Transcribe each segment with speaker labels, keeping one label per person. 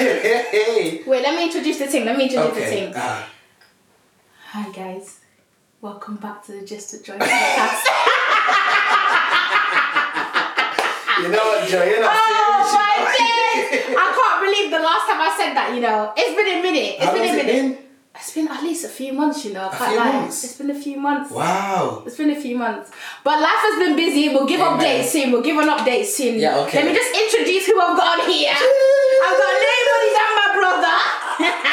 Speaker 1: let me introduce the team. Let me introduce
Speaker 2: Okay.
Speaker 1: the team.
Speaker 2: Ah.
Speaker 1: Hi guys, welcome back to the Just at Joy podcast.
Speaker 2: you know what, Joe? You're not
Speaker 1: Ah. oh
Speaker 2: serious.
Speaker 1: my days! I can't believe the last time I said that. You know, it's been a minute. It's
Speaker 2: How
Speaker 1: been
Speaker 2: long's
Speaker 1: a
Speaker 2: it
Speaker 1: minute.
Speaker 2: been?
Speaker 1: It's been at least a few months. You know, I can't
Speaker 2: few
Speaker 1: lie.
Speaker 2: months?
Speaker 1: It's been a few months.
Speaker 2: Wow.
Speaker 1: It's been a few months, but life has been busy. We'll give
Speaker 2: Amen.
Speaker 1: updates soon. We'll give an update soon.
Speaker 2: Yeah, okay.
Speaker 1: Let me just introduce who I've got on here. I've got nobody than my brother. I've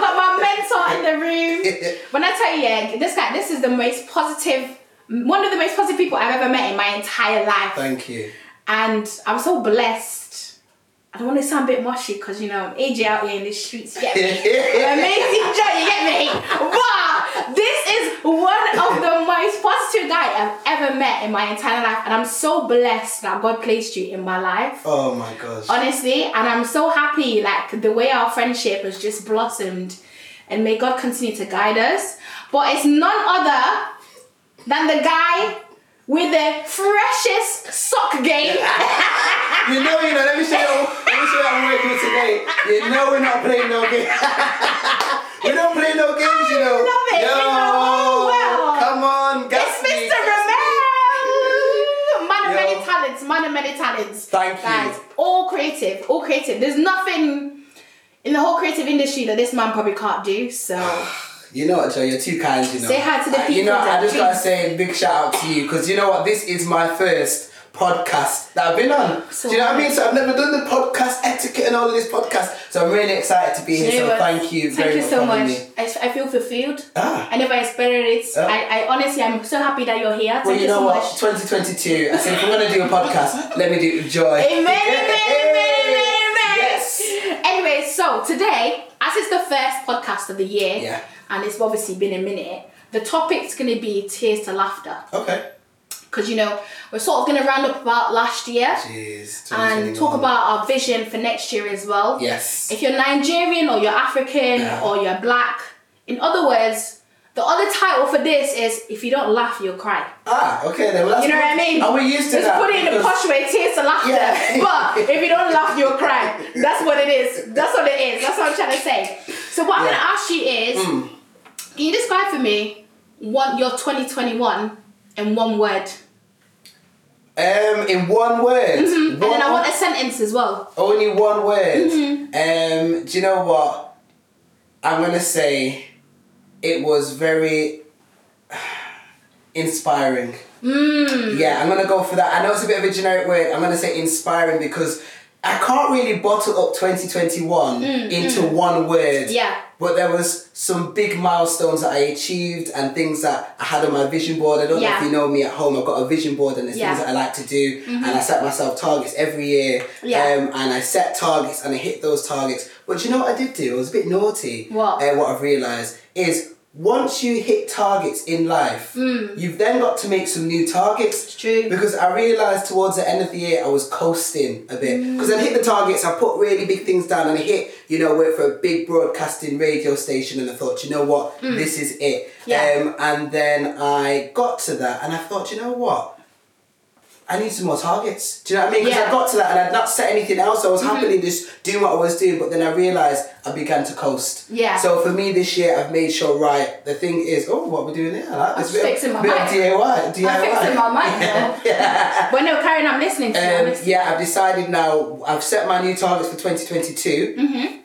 Speaker 1: got my mentor in the room. When I tell you, yeah, this guy, this is the most positive, one of the most positive people I've ever met in my entire life,
Speaker 2: Thank you.
Speaker 1: and I'm so blessed. I don't want to sound a bit mushy because you know I'm AJ out here in the streets. you Get me? amazing job, you get me? Wow! This is one of the most positive guy I've ever met in my entire life, and I'm so blessed that God placed you in my life.
Speaker 2: oh my gosh.
Speaker 1: Honestly, and I'm so happy like the way our friendship has just blossomed, and may God continue to guide us. But it's none other than the guy with the freshest sock game.
Speaker 2: You know, you know, let me show you, let me show you how I'm working today. You know we're not playing no games. we don't play no games, you know.
Speaker 1: love it. You
Speaker 2: Yo,
Speaker 1: know all well.
Speaker 2: come on, guys.
Speaker 1: It's Mr. Ramel! Man of
Speaker 2: Yo.
Speaker 1: many talents, man of many talents.
Speaker 2: Thank you.
Speaker 1: Guys, all creative, all creative. There's nothing in the whole creative industry that this man probably can't do, so.
Speaker 2: You know what, Joe? You're too kind. You know.
Speaker 1: Say hi to the
Speaker 2: Uh, You
Speaker 1: people,
Speaker 2: know, I
Speaker 1: Joe,
Speaker 2: just gotta
Speaker 1: please.
Speaker 2: say big shout out to you because you know what? This is my first podcast that I've been on.
Speaker 1: So
Speaker 2: Do you know what I mean?
Speaker 1: nice.
Speaker 2: So I've never done the podcast etiquette and all of this podcast. So I'm really excited to be here.
Speaker 1: You know
Speaker 2: So
Speaker 1: what?
Speaker 2: thank you
Speaker 1: Thank
Speaker 2: very
Speaker 1: you
Speaker 2: much
Speaker 1: so
Speaker 2: for having
Speaker 1: much.
Speaker 2: me.
Speaker 1: I, I feel fulfilled.
Speaker 2: Ah.
Speaker 1: I never expected it.
Speaker 2: Oh.
Speaker 1: I, I honestly, I'm so happy that you're here. Thank
Speaker 2: Well, you
Speaker 1: so
Speaker 2: know what?
Speaker 1: much.
Speaker 2: 2022. I said, if I'm gonna do a podcast, let me do it with joy.
Speaker 1: Amen, amen, amen, amen, amen.
Speaker 2: Yes.
Speaker 1: Anyway, so today, as it's the first podcast of the year,
Speaker 2: Yeah.
Speaker 1: and it's obviously been a minute, the topic's going to be tears to laughter.
Speaker 2: Okay.
Speaker 1: Because, you know, we're sort of going to round up about last year
Speaker 2: Jeez.
Speaker 1: and
Speaker 2: 2021.
Speaker 1: talk about our vision for next year as well.
Speaker 2: Yes.
Speaker 1: If you're Nigerian or you're African
Speaker 2: Yeah.
Speaker 1: or you're black, in other words, the other title for this is If You Don't Laugh, You'll Cry.
Speaker 2: ah, okay then. Well, that's
Speaker 1: You know what I
Speaker 2: good.
Speaker 1: mean?
Speaker 2: And Oh, we're used to
Speaker 1: Just
Speaker 2: that.
Speaker 1: put it in a
Speaker 2: because-
Speaker 1: posh way, tears to laughter.
Speaker 2: Yeah.
Speaker 1: But if you don't laugh, you'll cry. That's what it is. That's what it is. That's what I'm trying to say. So what I'm
Speaker 2: Yeah. Hmm.
Speaker 1: gonna ask you is, can you describe for me what your 2021 in one word?
Speaker 2: Um, in one word.
Speaker 1: Mm-hmm. And then I
Speaker 2: One-
Speaker 1: want a sentence as well.
Speaker 2: Only one word.
Speaker 1: Mm-hmm.
Speaker 2: Um, do you know what? I'm gonna say it was very inspiring.
Speaker 1: Mm.
Speaker 2: Yeah, I'm gonna go for that. I know it's a bit of a generic word. I'm gonna say inspiring because I can't really bottle up 2021 into one word.
Speaker 1: Mm, Yeah.
Speaker 2: But there was some big milestones that I achieved and things that I had on my vision board. I don't know
Speaker 1: Yeah.
Speaker 2: if you know me at home. I've got a vision board and there's
Speaker 1: Yeah.
Speaker 2: things that I like to do, and I set myself targets every year.
Speaker 1: Mm-hmm. Yeah.
Speaker 2: Um, and I set targets and I hit those targets. But you know what I did do? I was a bit naughty.
Speaker 1: What?
Speaker 2: Uh, what I've realised is once you hit targets in life, you've then got to make some new targets.
Speaker 1: Hmm. true.
Speaker 2: Because I realised towards the end of the year I was coasting a bit.
Speaker 1: Hmm.
Speaker 2: Because I'd hit the targets, I put really big things down and I hit, you know, worked for a big broadcasting radio station and I thought, you know what, this is it.
Speaker 1: Hmm. Yeah.
Speaker 2: Um, and then I got to that and I thought, you know what? I need some more targets. Do you know what I mean? Because
Speaker 1: Yeah. Mm-hmm.
Speaker 2: I got to that and I'd not set anything else. I was happily just doing what I was doing, but then I realised I began to coast.
Speaker 1: Yeah.
Speaker 2: So for me this year, I've made sure, right, the thing is, oh, what we're doing here? I like this
Speaker 1: just
Speaker 2: bit, of-
Speaker 1: fixing my
Speaker 2: bit of
Speaker 1: mic.
Speaker 2: DIY. DIY.
Speaker 1: I'm fixing my mind now. But no, Karen, I'm listening to you. I'm
Speaker 2: Um,
Speaker 1: listening.
Speaker 2: yeah, I've decided now. I've set my new targets for 2022.
Speaker 1: Mm-hmm.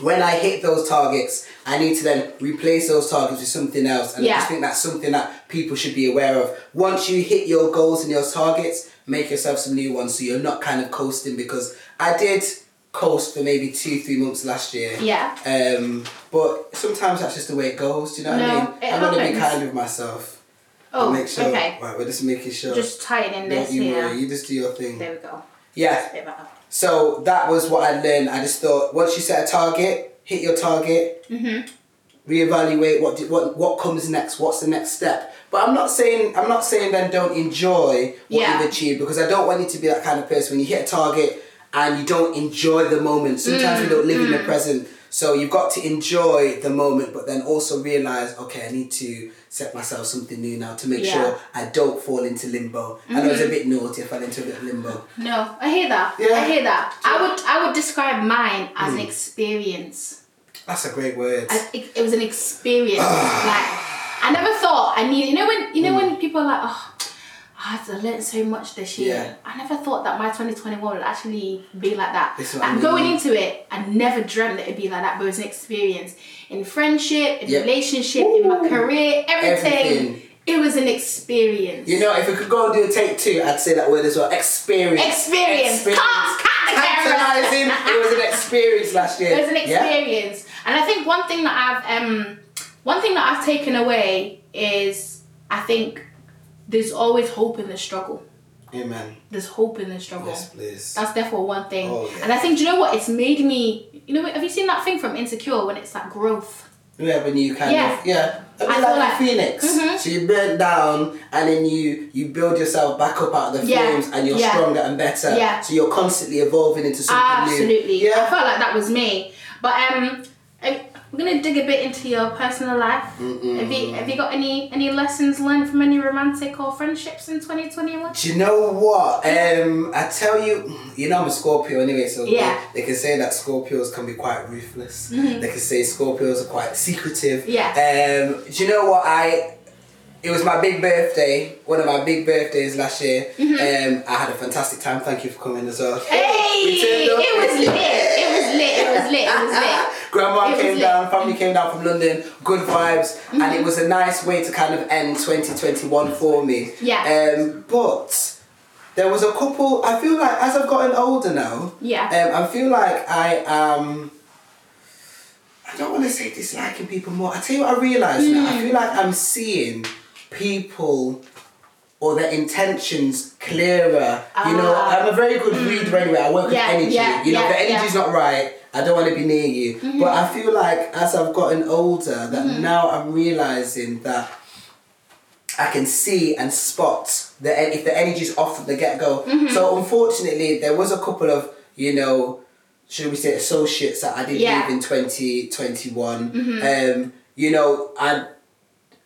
Speaker 2: When I hit those targets, I need to then replace those targets with something else. And I
Speaker 1: Yeah.
Speaker 2: just think that's something that people should be aware of. Once you hit your goals and your targets, make yourself some new ones so you're not kind of coasting because I did coast for maybe two, three months last year.
Speaker 1: Yeah.
Speaker 2: Um, but sometimes that's just the way it goes, do you know
Speaker 1: No,
Speaker 2: what I mean?
Speaker 1: it
Speaker 2: I'm gonna be
Speaker 1: happens.
Speaker 2: kind with myself.
Speaker 1: Oh,
Speaker 2: and make sure
Speaker 1: okay.
Speaker 2: right, we're just making sure
Speaker 1: Just tie it in
Speaker 2: don't
Speaker 1: this
Speaker 2: you
Speaker 1: here.
Speaker 2: worry, you just do your thing.
Speaker 1: There we go.
Speaker 2: Yeah.
Speaker 1: Bit better.
Speaker 2: So that was what I learned. I just thought once you set a target, hit your target,
Speaker 1: Mm-hmm.
Speaker 2: reevaluate what do, what what comes next, what's the next step. But I'm not saying I'm not saying then don't enjoy what
Speaker 1: Yeah.
Speaker 2: you've achieved because I don't want you to be
Speaker 1: Mm.
Speaker 2: that kind of person when you hit a target and you don't enjoy the moment. Sometimes we don't live in the present. So you've got to enjoy the moment, but then also realize, okay, I need to set myself something new now to make
Speaker 1: Yeah. Mm-hmm.
Speaker 2: sure I don't fall into limbo. And I was a bit naughty. I fell into a bit of limbo.
Speaker 1: No, I hear that.
Speaker 2: Yeah. Hmm.
Speaker 1: I hear that. I would I would describe mine as an experience.
Speaker 2: That's a great word.
Speaker 1: I, it, it was an experience. like I never thought I needed. You know when you know
Speaker 2: Mm.
Speaker 1: when people are like, oh, I've learned so much this year.
Speaker 2: Yeah.
Speaker 1: I never thought that my 2021 would actually be like that.
Speaker 2: It's what I
Speaker 1: Like
Speaker 2: mean.
Speaker 1: going into it, I never dreamt that it'd be like that. But it was an experience in friendship, in
Speaker 2: Yeah.
Speaker 1: relationship, in my career, everything.
Speaker 2: Everything.
Speaker 1: It was an experience.
Speaker 2: you know, if we could go and do a take two, I'd say that word as well. Experience.
Speaker 1: Experience. Cut- cut the camera.
Speaker 2: Tantalizing. it was an experience last year.
Speaker 1: It was an
Speaker 2: Yeah?
Speaker 1: experience, and I think one thing that I've um, one thing that I've taken away is I think there's always hope in the struggle.
Speaker 2: Amen.
Speaker 1: There's hope in the struggle.
Speaker 2: Yes, please.
Speaker 1: That's definitely one thing.
Speaker 2: Oh, yeah.
Speaker 1: And I think do you know what? It's made me. You know, have you seen that thing from Insecure when it's that growth?
Speaker 2: Yeah, when you kind
Speaker 1: Yeah.
Speaker 2: of yeah. A bit
Speaker 1: I feel
Speaker 2: like,
Speaker 1: like-
Speaker 2: a phoenix.
Speaker 1: Mhm.
Speaker 2: So you burn down and then you you build yourself back up out of the
Speaker 1: Yeah.
Speaker 2: flames and you're
Speaker 1: Yeah.
Speaker 2: stronger and better.
Speaker 1: Yeah.
Speaker 2: So you're constantly evolving into something
Speaker 1: Absolutely.
Speaker 2: new.
Speaker 1: I
Speaker 2: Yeah.
Speaker 1: felt like that was me. But um, I- we're gonna dig a bit into your personal life. Have you have you got any any lessons learned from any romantic or friendships in 2021?
Speaker 2: Do you know what? Um, I tell you, you know I'm a Scorpio anyway, so they-
Speaker 1: Yeah. Mm-hmm.
Speaker 2: they, can say that Scorpios can be quite ruthless. They can say Scorpios are quite secretive.
Speaker 1: Yeah.
Speaker 2: Um, do you know what I? It was my big birthday, one of my big birthdays last year.
Speaker 1: Mm-hmm.
Speaker 2: Um, I had a fantastic time. Thank you for coming as well.
Speaker 1: Hey,
Speaker 2: We turned
Speaker 1: it
Speaker 2: up.
Speaker 1: was lit. It was lit. It was lit. It was lit. It
Speaker 2: Grandma
Speaker 1: was
Speaker 2: came
Speaker 1: lit.
Speaker 2: down, family came down from London, good vibes, and
Speaker 1: Mm-hmm.
Speaker 2: it was a nice way to kind of end 2021 for me.
Speaker 1: Yeah.
Speaker 2: Um, but there was a couple, I feel like as I've gotten older now,
Speaker 1: Yeah.
Speaker 2: um, I feel like I am. I don't want to say disliking people more. I tell you what I realise now.
Speaker 1: Hmm.
Speaker 2: I feel like I'm seeing people or their intentions clearer. You know,
Speaker 1: Ah.
Speaker 2: I'm a very good reader anyway. I work
Speaker 1: Yeah,
Speaker 2: with energy.
Speaker 1: yeah,
Speaker 2: you know,
Speaker 1: yeah, Mm-hmm.
Speaker 2: if the energy's not right, I don't want to be near you. But I feel like as I've gotten older, that now I'm realising that I can see and spot the en- if the energy's off from the get go.
Speaker 1: Mm-hmm.
Speaker 2: So unfortunately, there was a couple of you know, should we say associates that I did
Speaker 1: Yeah. Mm-hmm.
Speaker 2: leave in twenty twenty one. Um, you know, and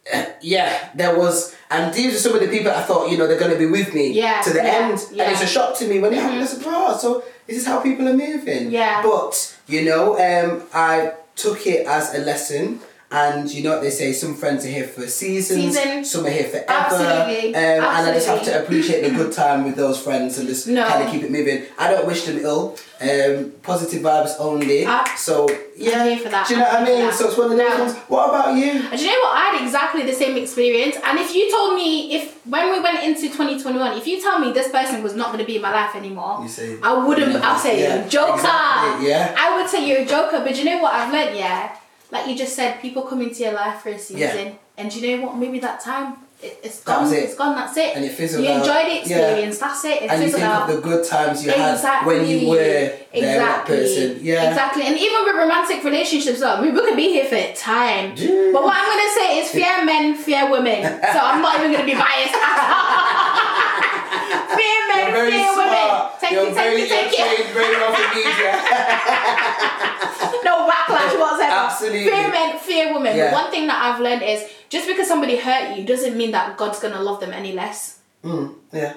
Speaker 2: eh, yeah, there was, and these are some of the people I thought you know they're gonna be with me
Speaker 1: Yeah,
Speaker 2: to the
Speaker 1: yeah,
Speaker 2: end,
Speaker 1: yeah. Mm-hmm.
Speaker 2: and it's a shock to me when it happened. I said, "Wow, so this is how people are moving."
Speaker 1: Yeah.
Speaker 2: but you know, um, I took it as a lesson. And you know what they say, some friends are here for seasons,
Speaker 1: Season.
Speaker 2: some are here forever.
Speaker 1: Absolutely,
Speaker 2: Um, And I just have
Speaker 1: absolutely.
Speaker 2: to appreciate the good time with those friends and just
Speaker 1: No.
Speaker 2: kind of keep it moving. I don't wish them ill. Um, positive vibes only.
Speaker 1: Ah.
Speaker 2: so yeah,
Speaker 1: here for that.
Speaker 2: do you know
Speaker 1: I'm
Speaker 2: what I
Speaker 1: here for
Speaker 2: mean?
Speaker 1: that.
Speaker 2: So it's one of those
Speaker 1: No.
Speaker 2: ones. What about you?
Speaker 1: And do you know what? I had exactly the same experience. And if you told me, if when we went into 2021, if you tell me this person was not going to be in my life anymore,
Speaker 2: You say-
Speaker 1: I wouldn't. I'll say
Speaker 2: Yeah,
Speaker 1: you're a joker.
Speaker 2: exactly, yeah.
Speaker 1: I would say you're a joker. But do you know what I've learned? Yeah, like you just said, people come into your life for a season, and do you know what? Maybe that time. It, it's
Speaker 2: That
Speaker 1: gone.
Speaker 2: was it.
Speaker 1: It's gone. That's it.
Speaker 2: And it fizzled
Speaker 1: You
Speaker 2: out.
Speaker 1: enjoy the
Speaker 2: Yeah.
Speaker 1: experience. That's it. It
Speaker 2: and you
Speaker 1: fizzled
Speaker 2: think
Speaker 1: out.
Speaker 2: of the good times you had when you were there, that person. Yeah.
Speaker 1: Exactly. And even with romantic relationships, though, I mean, we could be here for a time.
Speaker 2: Yeah.
Speaker 1: But what I'm going to say is fear men, fear women. So I'm not even going to be biased at all. fear men,
Speaker 2: You're very
Speaker 1: fear women.
Speaker 2: smart.
Speaker 1: Take
Speaker 2: you're
Speaker 1: it,
Speaker 2: very,
Speaker 1: take it, take
Speaker 2: you're
Speaker 1: it.
Speaker 2: trained very well for media.
Speaker 1: No backlash whatsoever.
Speaker 2: Absolutely.
Speaker 1: Fear men, fear women.
Speaker 2: Yeah.
Speaker 1: The one thing that I've learned is just because somebody hurt you doesn't mean that God's going to love them any less.
Speaker 2: Mm, yeah.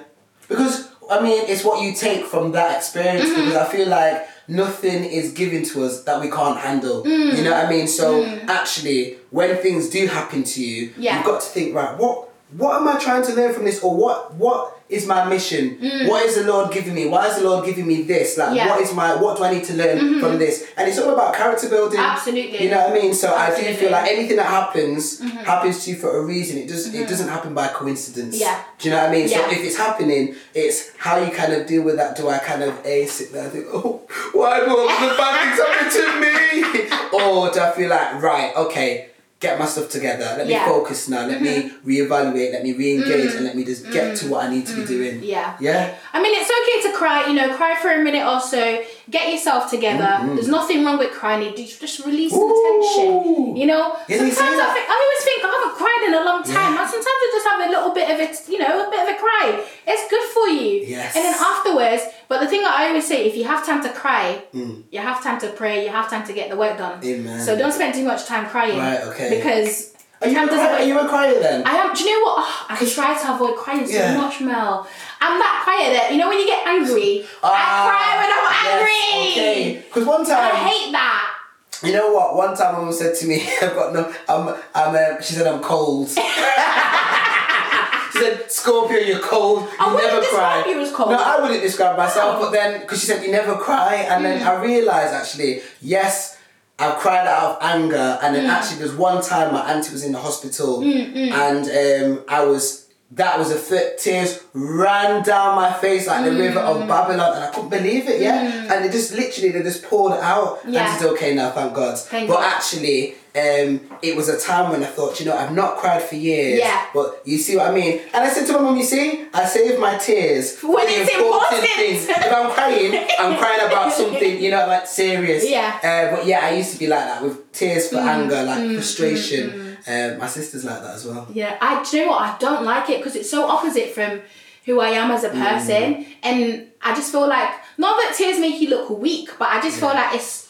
Speaker 2: Because I mean, it's what you take from that experience.
Speaker 1: Mm-hmm.
Speaker 2: Because I feel like nothing is given to us that we can't handle.
Speaker 1: Mm.
Speaker 2: You know what I mean? So actually, when things do happen to you,
Speaker 1: Yeah.
Speaker 2: you've got to think right. What what am I trying to learn from this, or what what is my mission? What is the Lord giving me? Why is the Lord giving me this? Like,
Speaker 1: Mm. Yeah. Mm-hmm.
Speaker 2: what is my what do I need to learn from this? And it's all about character building.
Speaker 1: Absolutely.
Speaker 2: You know what I mean? So I do
Speaker 1: Absolutely. Mm-hmm.
Speaker 2: feel like anything that happens happens to you for a reason. It does. It doesn't happen by coincidence.
Speaker 1: Yeah.
Speaker 2: Do you know what I mean?
Speaker 1: Yeah.
Speaker 2: So if it's happening, it's how you kind of deal with that. Do I kind of a sit there and think, oh, why do all the bad things happen to me? or do I feel like right, okay, get my stuff together. Let
Speaker 1: Yeah. Mm-hmm. Mm.
Speaker 2: me focus now. Let me reevaluate. Let me re-engage, and let me just get to what I need to be doing.
Speaker 1: Yeah.
Speaker 2: Yeah.
Speaker 1: I mean, it's okay to cry, you know, cry for a minute or so. Get yourself together.
Speaker 2: Mhm.
Speaker 1: There's nothing wrong with crying. You just- just release the tension.
Speaker 2: Ooh.
Speaker 1: You know,
Speaker 2: Yeah, you say
Speaker 1: sometimes I
Speaker 2: that.
Speaker 1: think I always think I haven't cried in a long time. And sometimes I just have a little bit of it, you know, a bit of a cry. It's good for you.
Speaker 2: Yes.
Speaker 1: And then afterwards, but the thing that I always say, if you have time to cry,
Speaker 2: Mm.
Speaker 1: you have time to pray, you have time to get the work done.
Speaker 2: Amen.
Speaker 1: So don't spend too much time crying.
Speaker 2: Right, okay.
Speaker 1: Because
Speaker 2: Are you, a
Speaker 1: time doesn't
Speaker 2: cry- are
Speaker 1: work.
Speaker 2: you a crier then?
Speaker 1: I am. Do you know what? Oh, I try to avoid crying so
Speaker 2: Yeah.
Speaker 1: much, Mel. I'm that quiet that you know when you get angry.
Speaker 2: Ah,
Speaker 1: I cry when I'm angry.
Speaker 2: Because one
Speaker 1: I
Speaker 2: time,
Speaker 1: hate that.
Speaker 2: you know what? One time, my mum said to me, "I've got no. I'm. I'm. Um, she said I'm cold. she said, "Scorpio, you're cold. You
Speaker 1: I wouldn't
Speaker 2: never cry."
Speaker 1: describe you as cold.
Speaker 2: No, I wouldn't describe myself,
Speaker 1: No.
Speaker 2: but then because she said you never cry, and then
Speaker 1: Hmm.
Speaker 2: I realised actually, yes, I've cried out of anger, and then
Speaker 1: Hmm.
Speaker 2: actually there's one time my auntie was in the hospital, and um, I was that was a fit tears ran down my face like the river of
Speaker 1: Hmm.
Speaker 2: Babylon, and I couldn't believe it, yeah, and it just literally they just poured out,
Speaker 1: Yeah.
Speaker 2: and it's okay now, thank God,
Speaker 1: Thank
Speaker 2: but
Speaker 1: God.
Speaker 2: actually. Um, it was a time when I thought, you know, I've not cried for years.
Speaker 1: Yeah.
Speaker 2: But you see what I mean? And I said to my mum, you see, I saved my tears
Speaker 1: When it's important.
Speaker 2: things. If I'm crying, I'm crying about something, you know, like serious.
Speaker 1: Yeah. Mm.
Speaker 2: Uh, but yeah, I used to be like that with tears for anger, like frustration. Um, my sister's like that as well.
Speaker 1: Yeah, I do you know what I don't like it because it's so opposite from who I am as
Speaker 2: Mm.
Speaker 1: a person, and I just feel like not that tears make you look weak, but I just feel like it's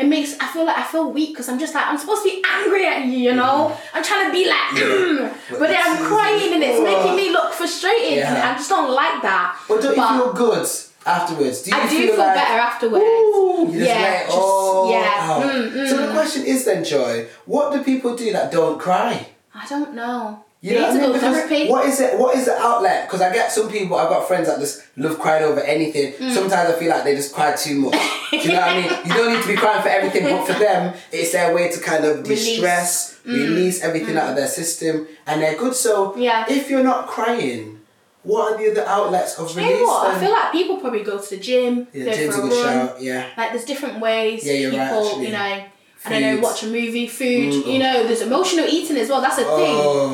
Speaker 1: it makes I feel like I feel weak because I'm just like I'm supposed to be angry at you, you know. I'm trying to be like, "Mm,"
Speaker 2: But
Speaker 1: but then I'm
Speaker 2: Mm-hmm. this is-
Speaker 1: crying and it's
Speaker 2: Ugh.
Speaker 1: making me look frustrated, and
Speaker 2: Yeah.
Speaker 1: I just don't like that.
Speaker 2: But don't you feel good afterwards? Do you
Speaker 1: I do feel,
Speaker 2: like,
Speaker 1: better afterwards.
Speaker 2: Ooh, you just
Speaker 1: Yeah,
Speaker 2: let it
Speaker 1: just-
Speaker 2: all
Speaker 1: yeah,
Speaker 2: out.
Speaker 1: mm,
Speaker 2: So the question is then, Joy, what do people do that don't cry?
Speaker 1: I don't know.
Speaker 2: You
Speaker 1: They
Speaker 2: know what I
Speaker 1: need
Speaker 2: mean?
Speaker 1: to go
Speaker 2: Because
Speaker 1: therapy.
Speaker 2: What is it? What is the outlet? Because I get some people. I've got friends that just love crying over anything.
Speaker 1: Mm.
Speaker 2: Sometimes I feel like they just cry too much. Do you know what I mean? You don't need to be crying for everything, but for them, it's their way to kind of
Speaker 1: Release. Mm.
Speaker 2: distress, release everything out of their system, and they're good. So
Speaker 1: Yeah.
Speaker 2: if you're not crying, what are the other outlets of
Speaker 1: Do you know
Speaker 2: release?
Speaker 1: what? I
Speaker 2: then?
Speaker 1: feel like people probably go to the gym,
Speaker 2: yeah,
Speaker 1: go
Speaker 2: James
Speaker 1: for
Speaker 2: a
Speaker 1: a
Speaker 2: good
Speaker 1: run.
Speaker 2: shout. Yeah,
Speaker 1: Like there's different ways
Speaker 2: Yeah, you're
Speaker 1: people,
Speaker 2: right, actually.
Speaker 1: you know, I don't
Speaker 2: Food.
Speaker 1: know, watch a movie, food,
Speaker 2: Mm.
Speaker 1: you know, there's emotional eating as well. That's a
Speaker 2: Oh.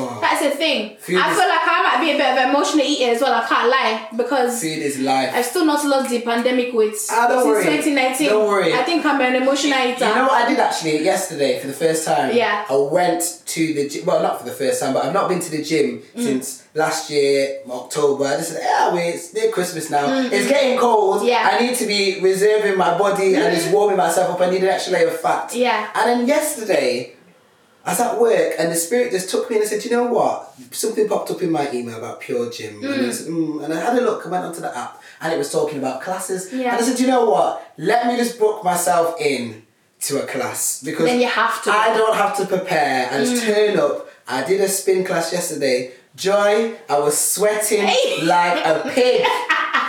Speaker 1: thing. That's a thing.
Speaker 2: Food
Speaker 1: I
Speaker 2: is-
Speaker 1: feel like I might be a bit of an emotional eater as well, I can't lie, because
Speaker 2: food is life.
Speaker 1: I've still not lost the pandemic with
Speaker 2: Ah, don't
Speaker 1: since
Speaker 2: worry.
Speaker 1: 2019.
Speaker 2: Don't worry.
Speaker 1: I think I'm an emotional eater.
Speaker 2: You know what I did actually yesterday for the first time?
Speaker 1: Yeah.
Speaker 2: I went to the gym. Well, not for the first time, but I've not been to the gym
Speaker 1: Mm.
Speaker 2: since last year, October. I just said, yeah, wait, it's near Christmas now. It's getting cold.
Speaker 1: Mm. Yeah. Mm.
Speaker 2: I need to be reserving my body and just warming myself up. I need an extra layer of fat.
Speaker 1: Yeah.
Speaker 2: And then yesterday, I was at work and the spirit just took me and I said, you know what? Something popped up in my email about Pure Gym. And, I said, mm. and I had a look, I went onto the app and it was talking about classes.
Speaker 1: Yeah.
Speaker 2: And I said, you know what? Let me just book myself in to a class because
Speaker 1: Then you have to. Mm.
Speaker 2: I don't have to prepare and just turn up. I did a spin class yesterday. Joy, I was sweating like a pig.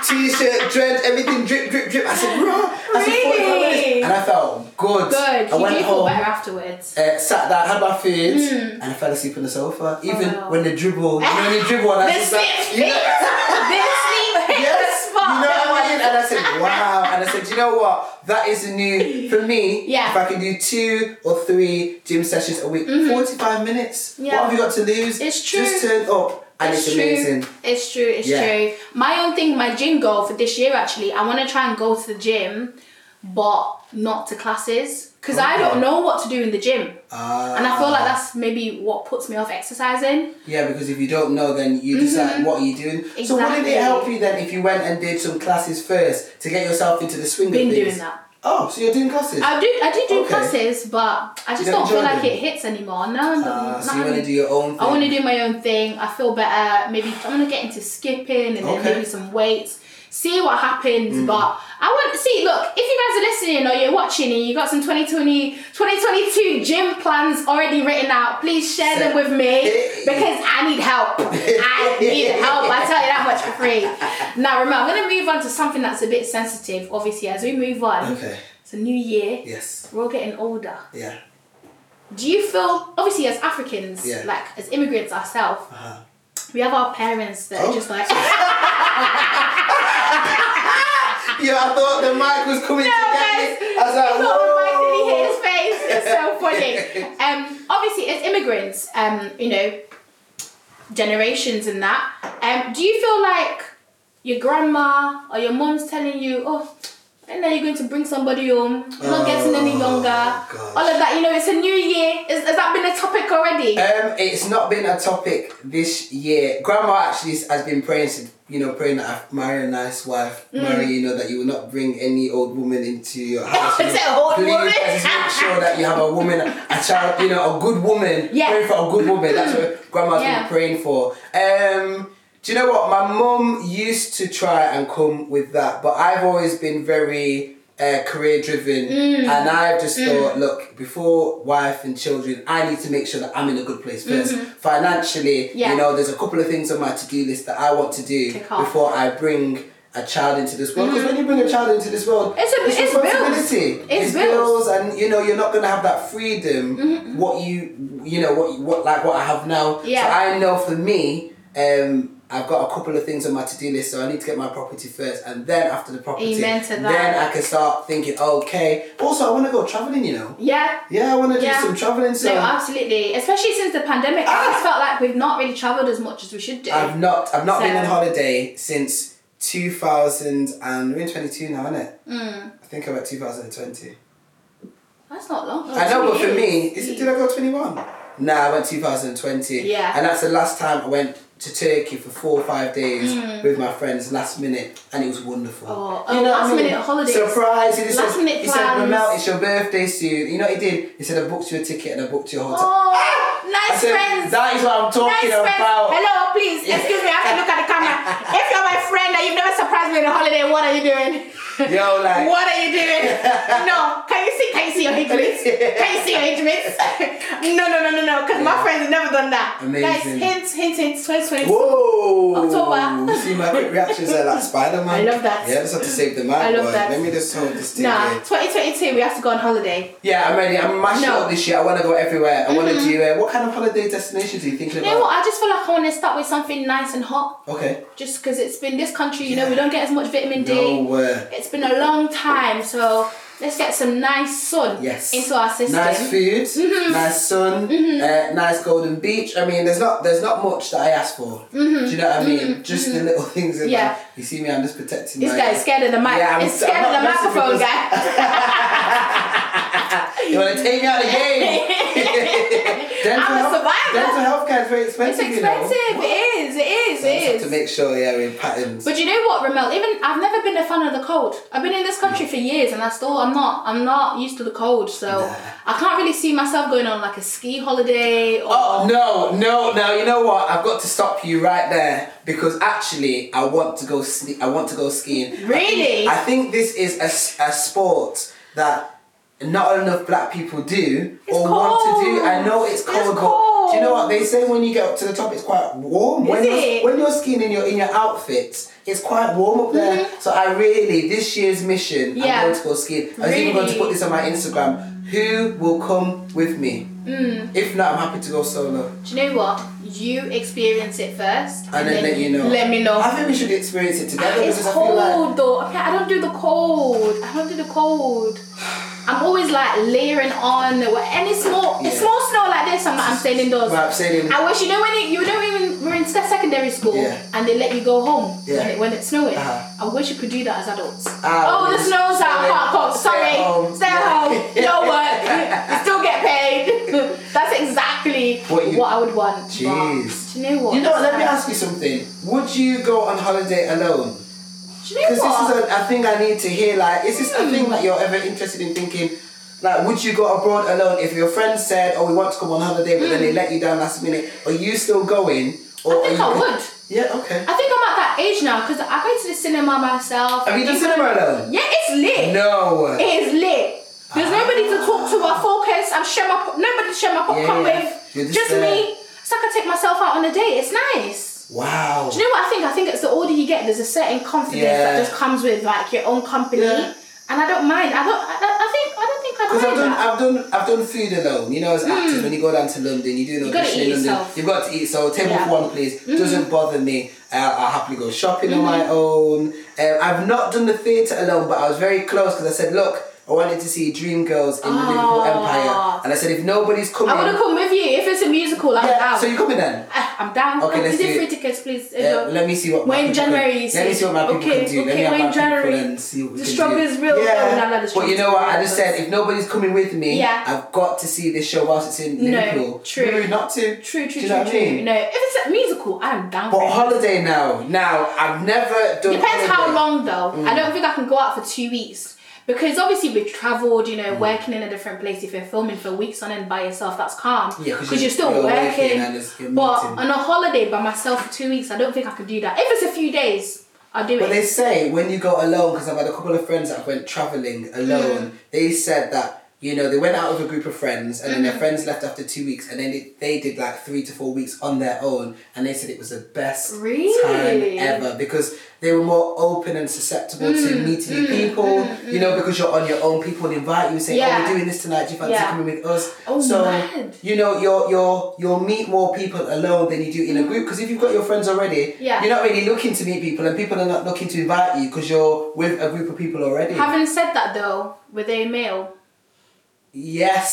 Speaker 2: T-shirt drenched, everything drip, drip, drip. I said, "Rah." I said, 45 minutes.
Speaker 1: Really?
Speaker 2: And I felt good.
Speaker 1: Good.
Speaker 2: I
Speaker 1: you
Speaker 2: went
Speaker 1: do feel
Speaker 2: home
Speaker 1: better afterwards.
Speaker 2: uh, sat down, had my food, and I fell asleep on the sofa. Even
Speaker 1: Hmm. Oh, wow.
Speaker 2: when the dribble, you know, when the dribble, and I
Speaker 1: The
Speaker 2: just like,
Speaker 1: sleep
Speaker 2: you know,
Speaker 1: hits. The sleep hits
Speaker 2: yes,
Speaker 1: the
Speaker 2: you know
Speaker 1: spot.
Speaker 2: what I mean? And I said, wow. And I said, you know what? That is a new for me.
Speaker 1: Yeah. Mm-hmm.
Speaker 2: If I can do two or three gym sessions a week, forty-five minutes.
Speaker 1: Yeah.
Speaker 2: What have you got to lose?
Speaker 1: It's
Speaker 2: Just
Speaker 1: true.
Speaker 2: turn up, and it's, amazing.
Speaker 1: True. It's true. It's
Speaker 2: Yeah.
Speaker 1: true. My own thing, my gym goal for this year actually, I want to try and go to the gym, but not to classes because I
Speaker 2: Okay.
Speaker 1: don't know what to do in the gym,
Speaker 2: Uh,
Speaker 1: and I feel like that's maybe what puts me off exercising.
Speaker 2: Yeah, because if you don't know, then you decide what are you doing. So wouldn't
Speaker 1: Mm-hmm. Exactly.
Speaker 2: it help you then if you went and did some classes first to get yourself into the swing
Speaker 1: Been
Speaker 2: of things?
Speaker 1: doing that.
Speaker 2: Oh, so you're doing classes?
Speaker 1: I do. I do do
Speaker 2: Okay.
Speaker 1: classes, but I just
Speaker 2: You don't
Speaker 1: don't feel
Speaker 2: enjoy
Speaker 1: like
Speaker 2: them?
Speaker 1: it hits anymore. No, no,
Speaker 2: Ah,
Speaker 1: not
Speaker 2: so you want to
Speaker 1: having-
Speaker 2: do your own thing.
Speaker 1: I want to do my own thing. I feel better. Maybe I'm gonna get into skipping and then
Speaker 2: Okay. Mm.
Speaker 1: maybe some weights. See what happens. But I want see. Look, if you guys are listening or you're watching and you got some 2020, 2022 gym plans already written out, please share them with me because I need help. I need help. I tell you that much for free. Now, remember, I'm gonna move on to something that's a bit sensitive. Obviously, as we move on,
Speaker 2: Okay.
Speaker 1: it's a new year.
Speaker 2: Yes.
Speaker 1: We're all getting older.
Speaker 2: Yeah.
Speaker 1: Do you feel obviously as Africans,
Speaker 2: Yeah.
Speaker 1: like as immigrants ourselves?
Speaker 2: Uh-huh.
Speaker 1: We have our parents that
Speaker 2: Oh.
Speaker 1: are just like,
Speaker 2: Yeah, I thought the mic was coming to
Speaker 1: Ah. guys,
Speaker 2: get me. I was like,
Speaker 1: "Oh my
Speaker 2: whoa.
Speaker 1: his face." It's so funny. Um, obviously, as immigrants, um, you know, generations and that. Um, do you feel like your grandma or your mom's telling you, "Oh, And now you're going to bring somebody home. You're not getting any
Speaker 2: Oh,
Speaker 1: younger.
Speaker 2: gosh.
Speaker 1: All of that. You know, it's a new year. Is, has that been a topic already?
Speaker 2: Um, it's not been a topic this year. Grandma actually has been praying, to, you know, praying that I marry a nice wife,
Speaker 1: Mm.
Speaker 2: marry, you know, that you will not bring any old woman into your house. you
Speaker 1: Is it
Speaker 2: know.
Speaker 1: an old
Speaker 2: Please
Speaker 1: woman?
Speaker 2: just make sure that you have a woman, a child, you know, a good woman.
Speaker 1: Yeah.
Speaker 2: Praying for a good woman. That's what grandma's
Speaker 1: Yeah.
Speaker 2: been praying for. Um, do you know what? My mum used to try and come with that, but I've always been very uh, career driven,
Speaker 1: Mm.
Speaker 2: and I've just thought, look, before wife and children, I need to make sure that I'm in a good place 1st Financially,
Speaker 1: Mm-hmm. Yeah.
Speaker 2: you know, there's a couple of things on my to do list that I want to do
Speaker 1: Tick off.
Speaker 2: before I bring a child into this world. Because when you bring a child into this world,
Speaker 1: It's a- it's bills.
Speaker 2: responsibility.
Speaker 1: It's
Speaker 2: It's
Speaker 1: bills.
Speaker 2: bills, and you know you're not gonna have that freedom. What you you know what what like what I have now.
Speaker 1: Yeah.
Speaker 2: So I know for me, um, I've got a couple of things on my to do list, so I need to get my property first, and then after the property,
Speaker 1: Amen to that.
Speaker 2: then I can start thinking. Okay. Also, I want to go traveling. You know.
Speaker 1: yeah.
Speaker 2: Yeah, I want to do
Speaker 1: Yeah.
Speaker 2: some traveling. So.
Speaker 1: no, absolutely. Especially since the pandemic, I
Speaker 2: Ah.
Speaker 1: just felt like we've not really travelled as much as we should do.
Speaker 2: I've not I've not been on
Speaker 1: So-
Speaker 2: holiday since 2000 and we're in 22 now, isn't it?
Speaker 1: Mm.
Speaker 2: I think I'm at 2020.
Speaker 1: that's not long.
Speaker 2: I know, but for me,
Speaker 1: Jeez.
Speaker 2: is it, did I go 21? Nah, I went 2020.
Speaker 1: Yeah.
Speaker 2: And that's the last time I went to Turkey for four or five days with my friends last minute, and it was wonderful.
Speaker 1: Hmm. Oh, oh, last minute holidays.
Speaker 2: Surprise! He just
Speaker 1: Last
Speaker 2: said,
Speaker 1: minute
Speaker 2: He said,
Speaker 1: plans.
Speaker 2: Ramel, it's your birthday soon. You know what he did? He said, I booked you a ticket and I booked you a hotel.
Speaker 1: Oh,
Speaker 2: Ah! I
Speaker 1: nice
Speaker 2: said,
Speaker 1: friends.
Speaker 2: That is what I'm
Speaker 1: Nice
Speaker 2: talking
Speaker 1: friends.
Speaker 2: about.
Speaker 1: Hello, please. Excuse me. I have to look at the camera. If you're my friend and you've never surprised me on a holiday, what are you doing?
Speaker 2: Yo, like-
Speaker 1: What are you doing? no. Can you see? Can you see your hingements? Can you see your hingements? no, no, no, no, no. Because my
Speaker 2: Yeah.
Speaker 1: friends have never done that. Guys,
Speaker 2: Amazing.
Speaker 1: hints, hints, hints. 2020.
Speaker 2: Whoa!
Speaker 1: October.
Speaker 2: You see my quick reactions there, like Spider Man.
Speaker 1: I love that.
Speaker 2: Yeah, I just have to save the
Speaker 1: I
Speaker 2: man.
Speaker 1: love
Speaker 2: boy.
Speaker 1: that.
Speaker 2: Let me just hold this ticket.
Speaker 1: Nah, 2022. We have to go on holiday.
Speaker 2: Yeah, I'm ready. I'm mashing
Speaker 1: No. Mm-hmm.
Speaker 2: up this year. I want to go everywhere. I want to do. Uh, what kind of holiday destinations are you thinking
Speaker 1: You
Speaker 2: about?
Speaker 1: know what? I just feel like I want to start with something nice and hot.
Speaker 2: Okay.
Speaker 1: Just because it's been this country, you know,
Speaker 2: Yeah.
Speaker 1: we don't get as much vitamin D.
Speaker 2: No. Uh,
Speaker 1: It's been a long time, so let's get some nice sun
Speaker 2: yes.
Speaker 1: into our system. Mm-hmm.
Speaker 2: Nice food. Nice sun. Uh, nice golden beach. I mean, there's not there's not much that I ask for. Do you know what I mean? Just the little things in
Speaker 1: Mm-hmm. Yeah.
Speaker 2: life. You see me? I'm just protecting.
Speaker 1: This
Speaker 2: my-
Speaker 1: guy's scared of the mic.
Speaker 2: Yeah, I'm-
Speaker 1: He's scared
Speaker 2: I'm
Speaker 1: of the
Speaker 2: not messing
Speaker 1: microphone,
Speaker 2: with this.
Speaker 1: guy.
Speaker 2: You want to take me out of the game? dental
Speaker 1: I'm a
Speaker 2: health,
Speaker 1: survivor.
Speaker 2: Dental healthcare is very
Speaker 1: It's
Speaker 2: expensive. you know.
Speaker 1: expensive. It is. It is.
Speaker 2: So I just
Speaker 1: It
Speaker 2: have
Speaker 1: is.
Speaker 2: to make sure, yeah, we're in patterns.
Speaker 1: But you know what, Ramel? Even I've never been a fan of the cold. I've been in this country for years, and I still I'm not I'm not used to the cold. So I can't really see myself going on like a ski holiday or.
Speaker 2: Oh no, no, no! You know what? I've got to stop you right there because actually, I want to go. Sne- I want to go skiing.
Speaker 1: Really?
Speaker 2: I think this is a, s- a sport that not enough black people do
Speaker 1: It's
Speaker 2: or want to do.
Speaker 1: cold.
Speaker 2: I know it's
Speaker 1: It's
Speaker 2: cold, but do you know what they say? When you get up to the top, it's quite warm. when
Speaker 1: Is
Speaker 2: you're,
Speaker 1: it?
Speaker 2: when you're skiing in your in your outfit, it's quite warm up there. So I really this year's mission.
Speaker 1: Mm-hmm. Yeah.
Speaker 2: I'm going to go skiing. I was even going to
Speaker 1: Really?
Speaker 2: put this on my Instagram. Who will come with me?
Speaker 1: Mm.
Speaker 2: If not, I'm happy to go solo.
Speaker 1: Do you know what? You experience it first, and,
Speaker 2: And then let you know.
Speaker 1: Let me know.
Speaker 2: I think we should experience it together
Speaker 1: It's
Speaker 2: because I feel like
Speaker 1: cold though. Okay, I don't do the cold. I don't do the cold. I'm always like layering on where- any small
Speaker 2: Yeah.
Speaker 1: it's small snow like this. I'm like, I'm staying indoors.
Speaker 2: Right, I'm staying in-
Speaker 1: I wish you know when it, you know even we're in se- secondary school
Speaker 2: Yeah.
Speaker 1: and they let you go home
Speaker 2: Yeah.
Speaker 1: when, it, when it's snowing.
Speaker 2: Uh-huh.
Speaker 1: I wish you could do that as adults.
Speaker 2: Ah,
Speaker 1: oh, the
Speaker 2: yes.
Speaker 1: snow's out.
Speaker 2: Sorry.
Speaker 1: Can't come.
Speaker 2: Stay
Speaker 1: Sorry,
Speaker 2: at home.
Speaker 1: stay at
Speaker 2: Yeah.
Speaker 1: home. Don't work. you still get paid. That's exactly what,
Speaker 2: What you-
Speaker 1: I would want. But
Speaker 2: Jeez.
Speaker 1: do you know what?
Speaker 2: you know. what, Let me
Speaker 1: It's
Speaker 2: ask you something. Would you go on holiday alone?
Speaker 1: like- Do you know
Speaker 2: Because
Speaker 1: what?
Speaker 2: this is a, a thing I need to hear. Like, is this
Speaker 1: Hmm.
Speaker 2: a thing that you're ever interested in thinking? Like, would you go abroad alone if your friend said, "Oh, we want to come on holiday," but then they let you down last minute? Are you still going? Or
Speaker 1: Hmm. I think
Speaker 2: are
Speaker 1: I
Speaker 2: you
Speaker 1: would.
Speaker 2: Yeah. Okay.
Speaker 1: I think I'm at that age now because I go to the cinema myself.
Speaker 2: Have you done
Speaker 1: Even-
Speaker 2: cinema alone?
Speaker 1: Yeah, it's lit.
Speaker 2: No. Ah.
Speaker 1: It is lit. There's nobody to talk to. I focus. I'm share my pop- nobody to share my popcorn
Speaker 2: yeah. You're
Speaker 1: with.
Speaker 2: just
Speaker 1: Just
Speaker 2: there.
Speaker 1: me. So I can take myself out on a date. It's nice.
Speaker 2: Wow.
Speaker 1: Do you know what I think? I think it's the older you get, there's a certain confidence that
Speaker 2: Yeah.
Speaker 1: just comes with like your own company.
Speaker 2: Yeah.
Speaker 1: And I don't mind. I don't. I, I I think. I don't think I'd
Speaker 2: Because I've
Speaker 1: mind
Speaker 2: done,
Speaker 1: that.
Speaker 2: I've done, I've done food alone. You know, as actors, when you go down to London, you do an
Speaker 1: Hmm. gotta
Speaker 2: audition
Speaker 1: eat
Speaker 2: in London.
Speaker 1: yourself.
Speaker 2: You've got to eat. So table
Speaker 1: Yeah. Mm-hmm.
Speaker 2: for one, please. Doesn't bother me. Uh, I'll happily go shopping on my own. Um, I've not done the theatre alone, but I was very close because I said, look, I wanted to see Dreamgirls in the Liverpool
Speaker 1: Ah.
Speaker 2: Empire, and I said, if nobody's coming,
Speaker 1: I would have come with you if it's a musical. I'm
Speaker 2: yeah,
Speaker 1: out.
Speaker 2: so you're coming then?
Speaker 1: I- Ah, I'm down.
Speaker 2: Okay,
Speaker 1: Can we
Speaker 2: let's
Speaker 1: do
Speaker 2: do
Speaker 1: free
Speaker 2: it.
Speaker 1: tickets, please.
Speaker 2: Yeah, well, Uh, let me see what. my
Speaker 1: When
Speaker 2: people
Speaker 1: January
Speaker 2: can,
Speaker 1: is-
Speaker 2: Let me see what my people
Speaker 1: okay,
Speaker 2: can do. let
Speaker 1: okay,
Speaker 2: me have
Speaker 1: when
Speaker 2: my people
Speaker 1: January-
Speaker 2: and see what we
Speaker 1: the
Speaker 2: can
Speaker 1: strawberry
Speaker 2: do.
Speaker 1: is real,
Speaker 2: Yeah.
Speaker 1: though, and I love the
Speaker 2: but you
Speaker 1: strawberry
Speaker 2: know what? I
Speaker 1: flavor.
Speaker 2: just said if nobody's coming with me,
Speaker 1: Yeah.
Speaker 2: I've got to see this show whilst it's in
Speaker 1: No,
Speaker 2: Liverpool.
Speaker 1: true.
Speaker 2: Maybe not to.
Speaker 1: True, true,
Speaker 2: Do you
Speaker 1: true, true.
Speaker 2: know what I mean?
Speaker 1: No, if it's a musical, I'm down. for
Speaker 2: But
Speaker 1: it.
Speaker 2: holiday now, now I've never done.
Speaker 1: Depends how
Speaker 2: holiday.
Speaker 1: long though. I
Speaker 2: Mm.
Speaker 1: don't think I can go out for two weeks because obviously we've travelled. You know,
Speaker 2: Mm.
Speaker 1: working in a different place. If you're filming for weeks on end by yourself, that's calm.
Speaker 2: Yeah, 'cause
Speaker 1: because
Speaker 2: you-
Speaker 1: you're still
Speaker 2: you're working
Speaker 1: working.
Speaker 2: and it's- you're
Speaker 1: but
Speaker 2: meeting.
Speaker 1: on a holiday by myself for two weeks, I don't think I could do that. If it's a few days, I'll do
Speaker 2: But they
Speaker 1: it.
Speaker 2: say when you go alone, because I've had a couple of friends that went traveling
Speaker 1: Hmm.
Speaker 2: alone. They said that you know they went out with a group of friends, and then
Speaker 1: Hmm.
Speaker 2: their friends left after two weeks, and then they, they did like three to four weeks on their own, and they said it was the best
Speaker 1: Really?
Speaker 2: time ever because they were more open and susceptible to
Speaker 1: Hmm.
Speaker 2: meeting new people. You know, because you're on your own, people will invite you and say, "Oh,
Speaker 1: Yeah.
Speaker 2: we're doing this tonight. Do you fancy
Speaker 1: Yeah.
Speaker 2: coming with us?"
Speaker 1: Oh,
Speaker 2: so
Speaker 1: mad.
Speaker 2: you know, you're you're you'll meet more people alone than you do in a group because if you've got your friends already,
Speaker 1: Yeah.
Speaker 2: you're not really looking to meet people, and people are not looking to invite you because you're with a group of people already.
Speaker 1: Having said that though, were they male?
Speaker 2: yes,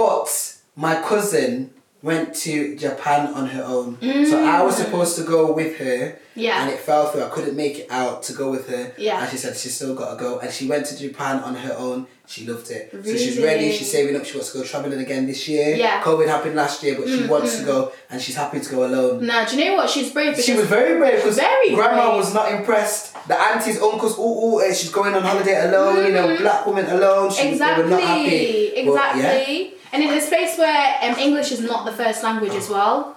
Speaker 2: but my cousin went to Japan on her own, so I was supposed to go with her.
Speaker 1: Mm. Yeah.
Speaker 2: And it fell through. I couldn't make it out to go with her.
Speaker 1: Yeah.
Speaker 2: And she said she's still got to go. And she went to Japan on her own. She loved it. So she's ready.
Speaker 1: Really?
Speaker 2: She's saving up. She wants to go traveling again this year.
Speaker 1: Yeah. Mm,
Speaker 2: COVID happened last year, but she wants to go and she's happy to go alone.
Speaker 1: Nah, do you know what? She's brave.
Speaker 2: She
Speaker 1: because-
Speaker 2: was very brave because
Speaker 1: Very
Speaker 2: grandma
Speaker 1: brave.
Speaker 2: was not impressed. The aunties, uncles, ooh, ooh, eh, she's going on holiday alone, you know, black woman alone. She, They were not happy.
Speaker 1: Mm-hmm. Exactly.
Speaker 2: But,
Speaker 1: Exactly.
Speaker 2: yeah.
Speaker 1: And in a space where um, English is not the first language as well,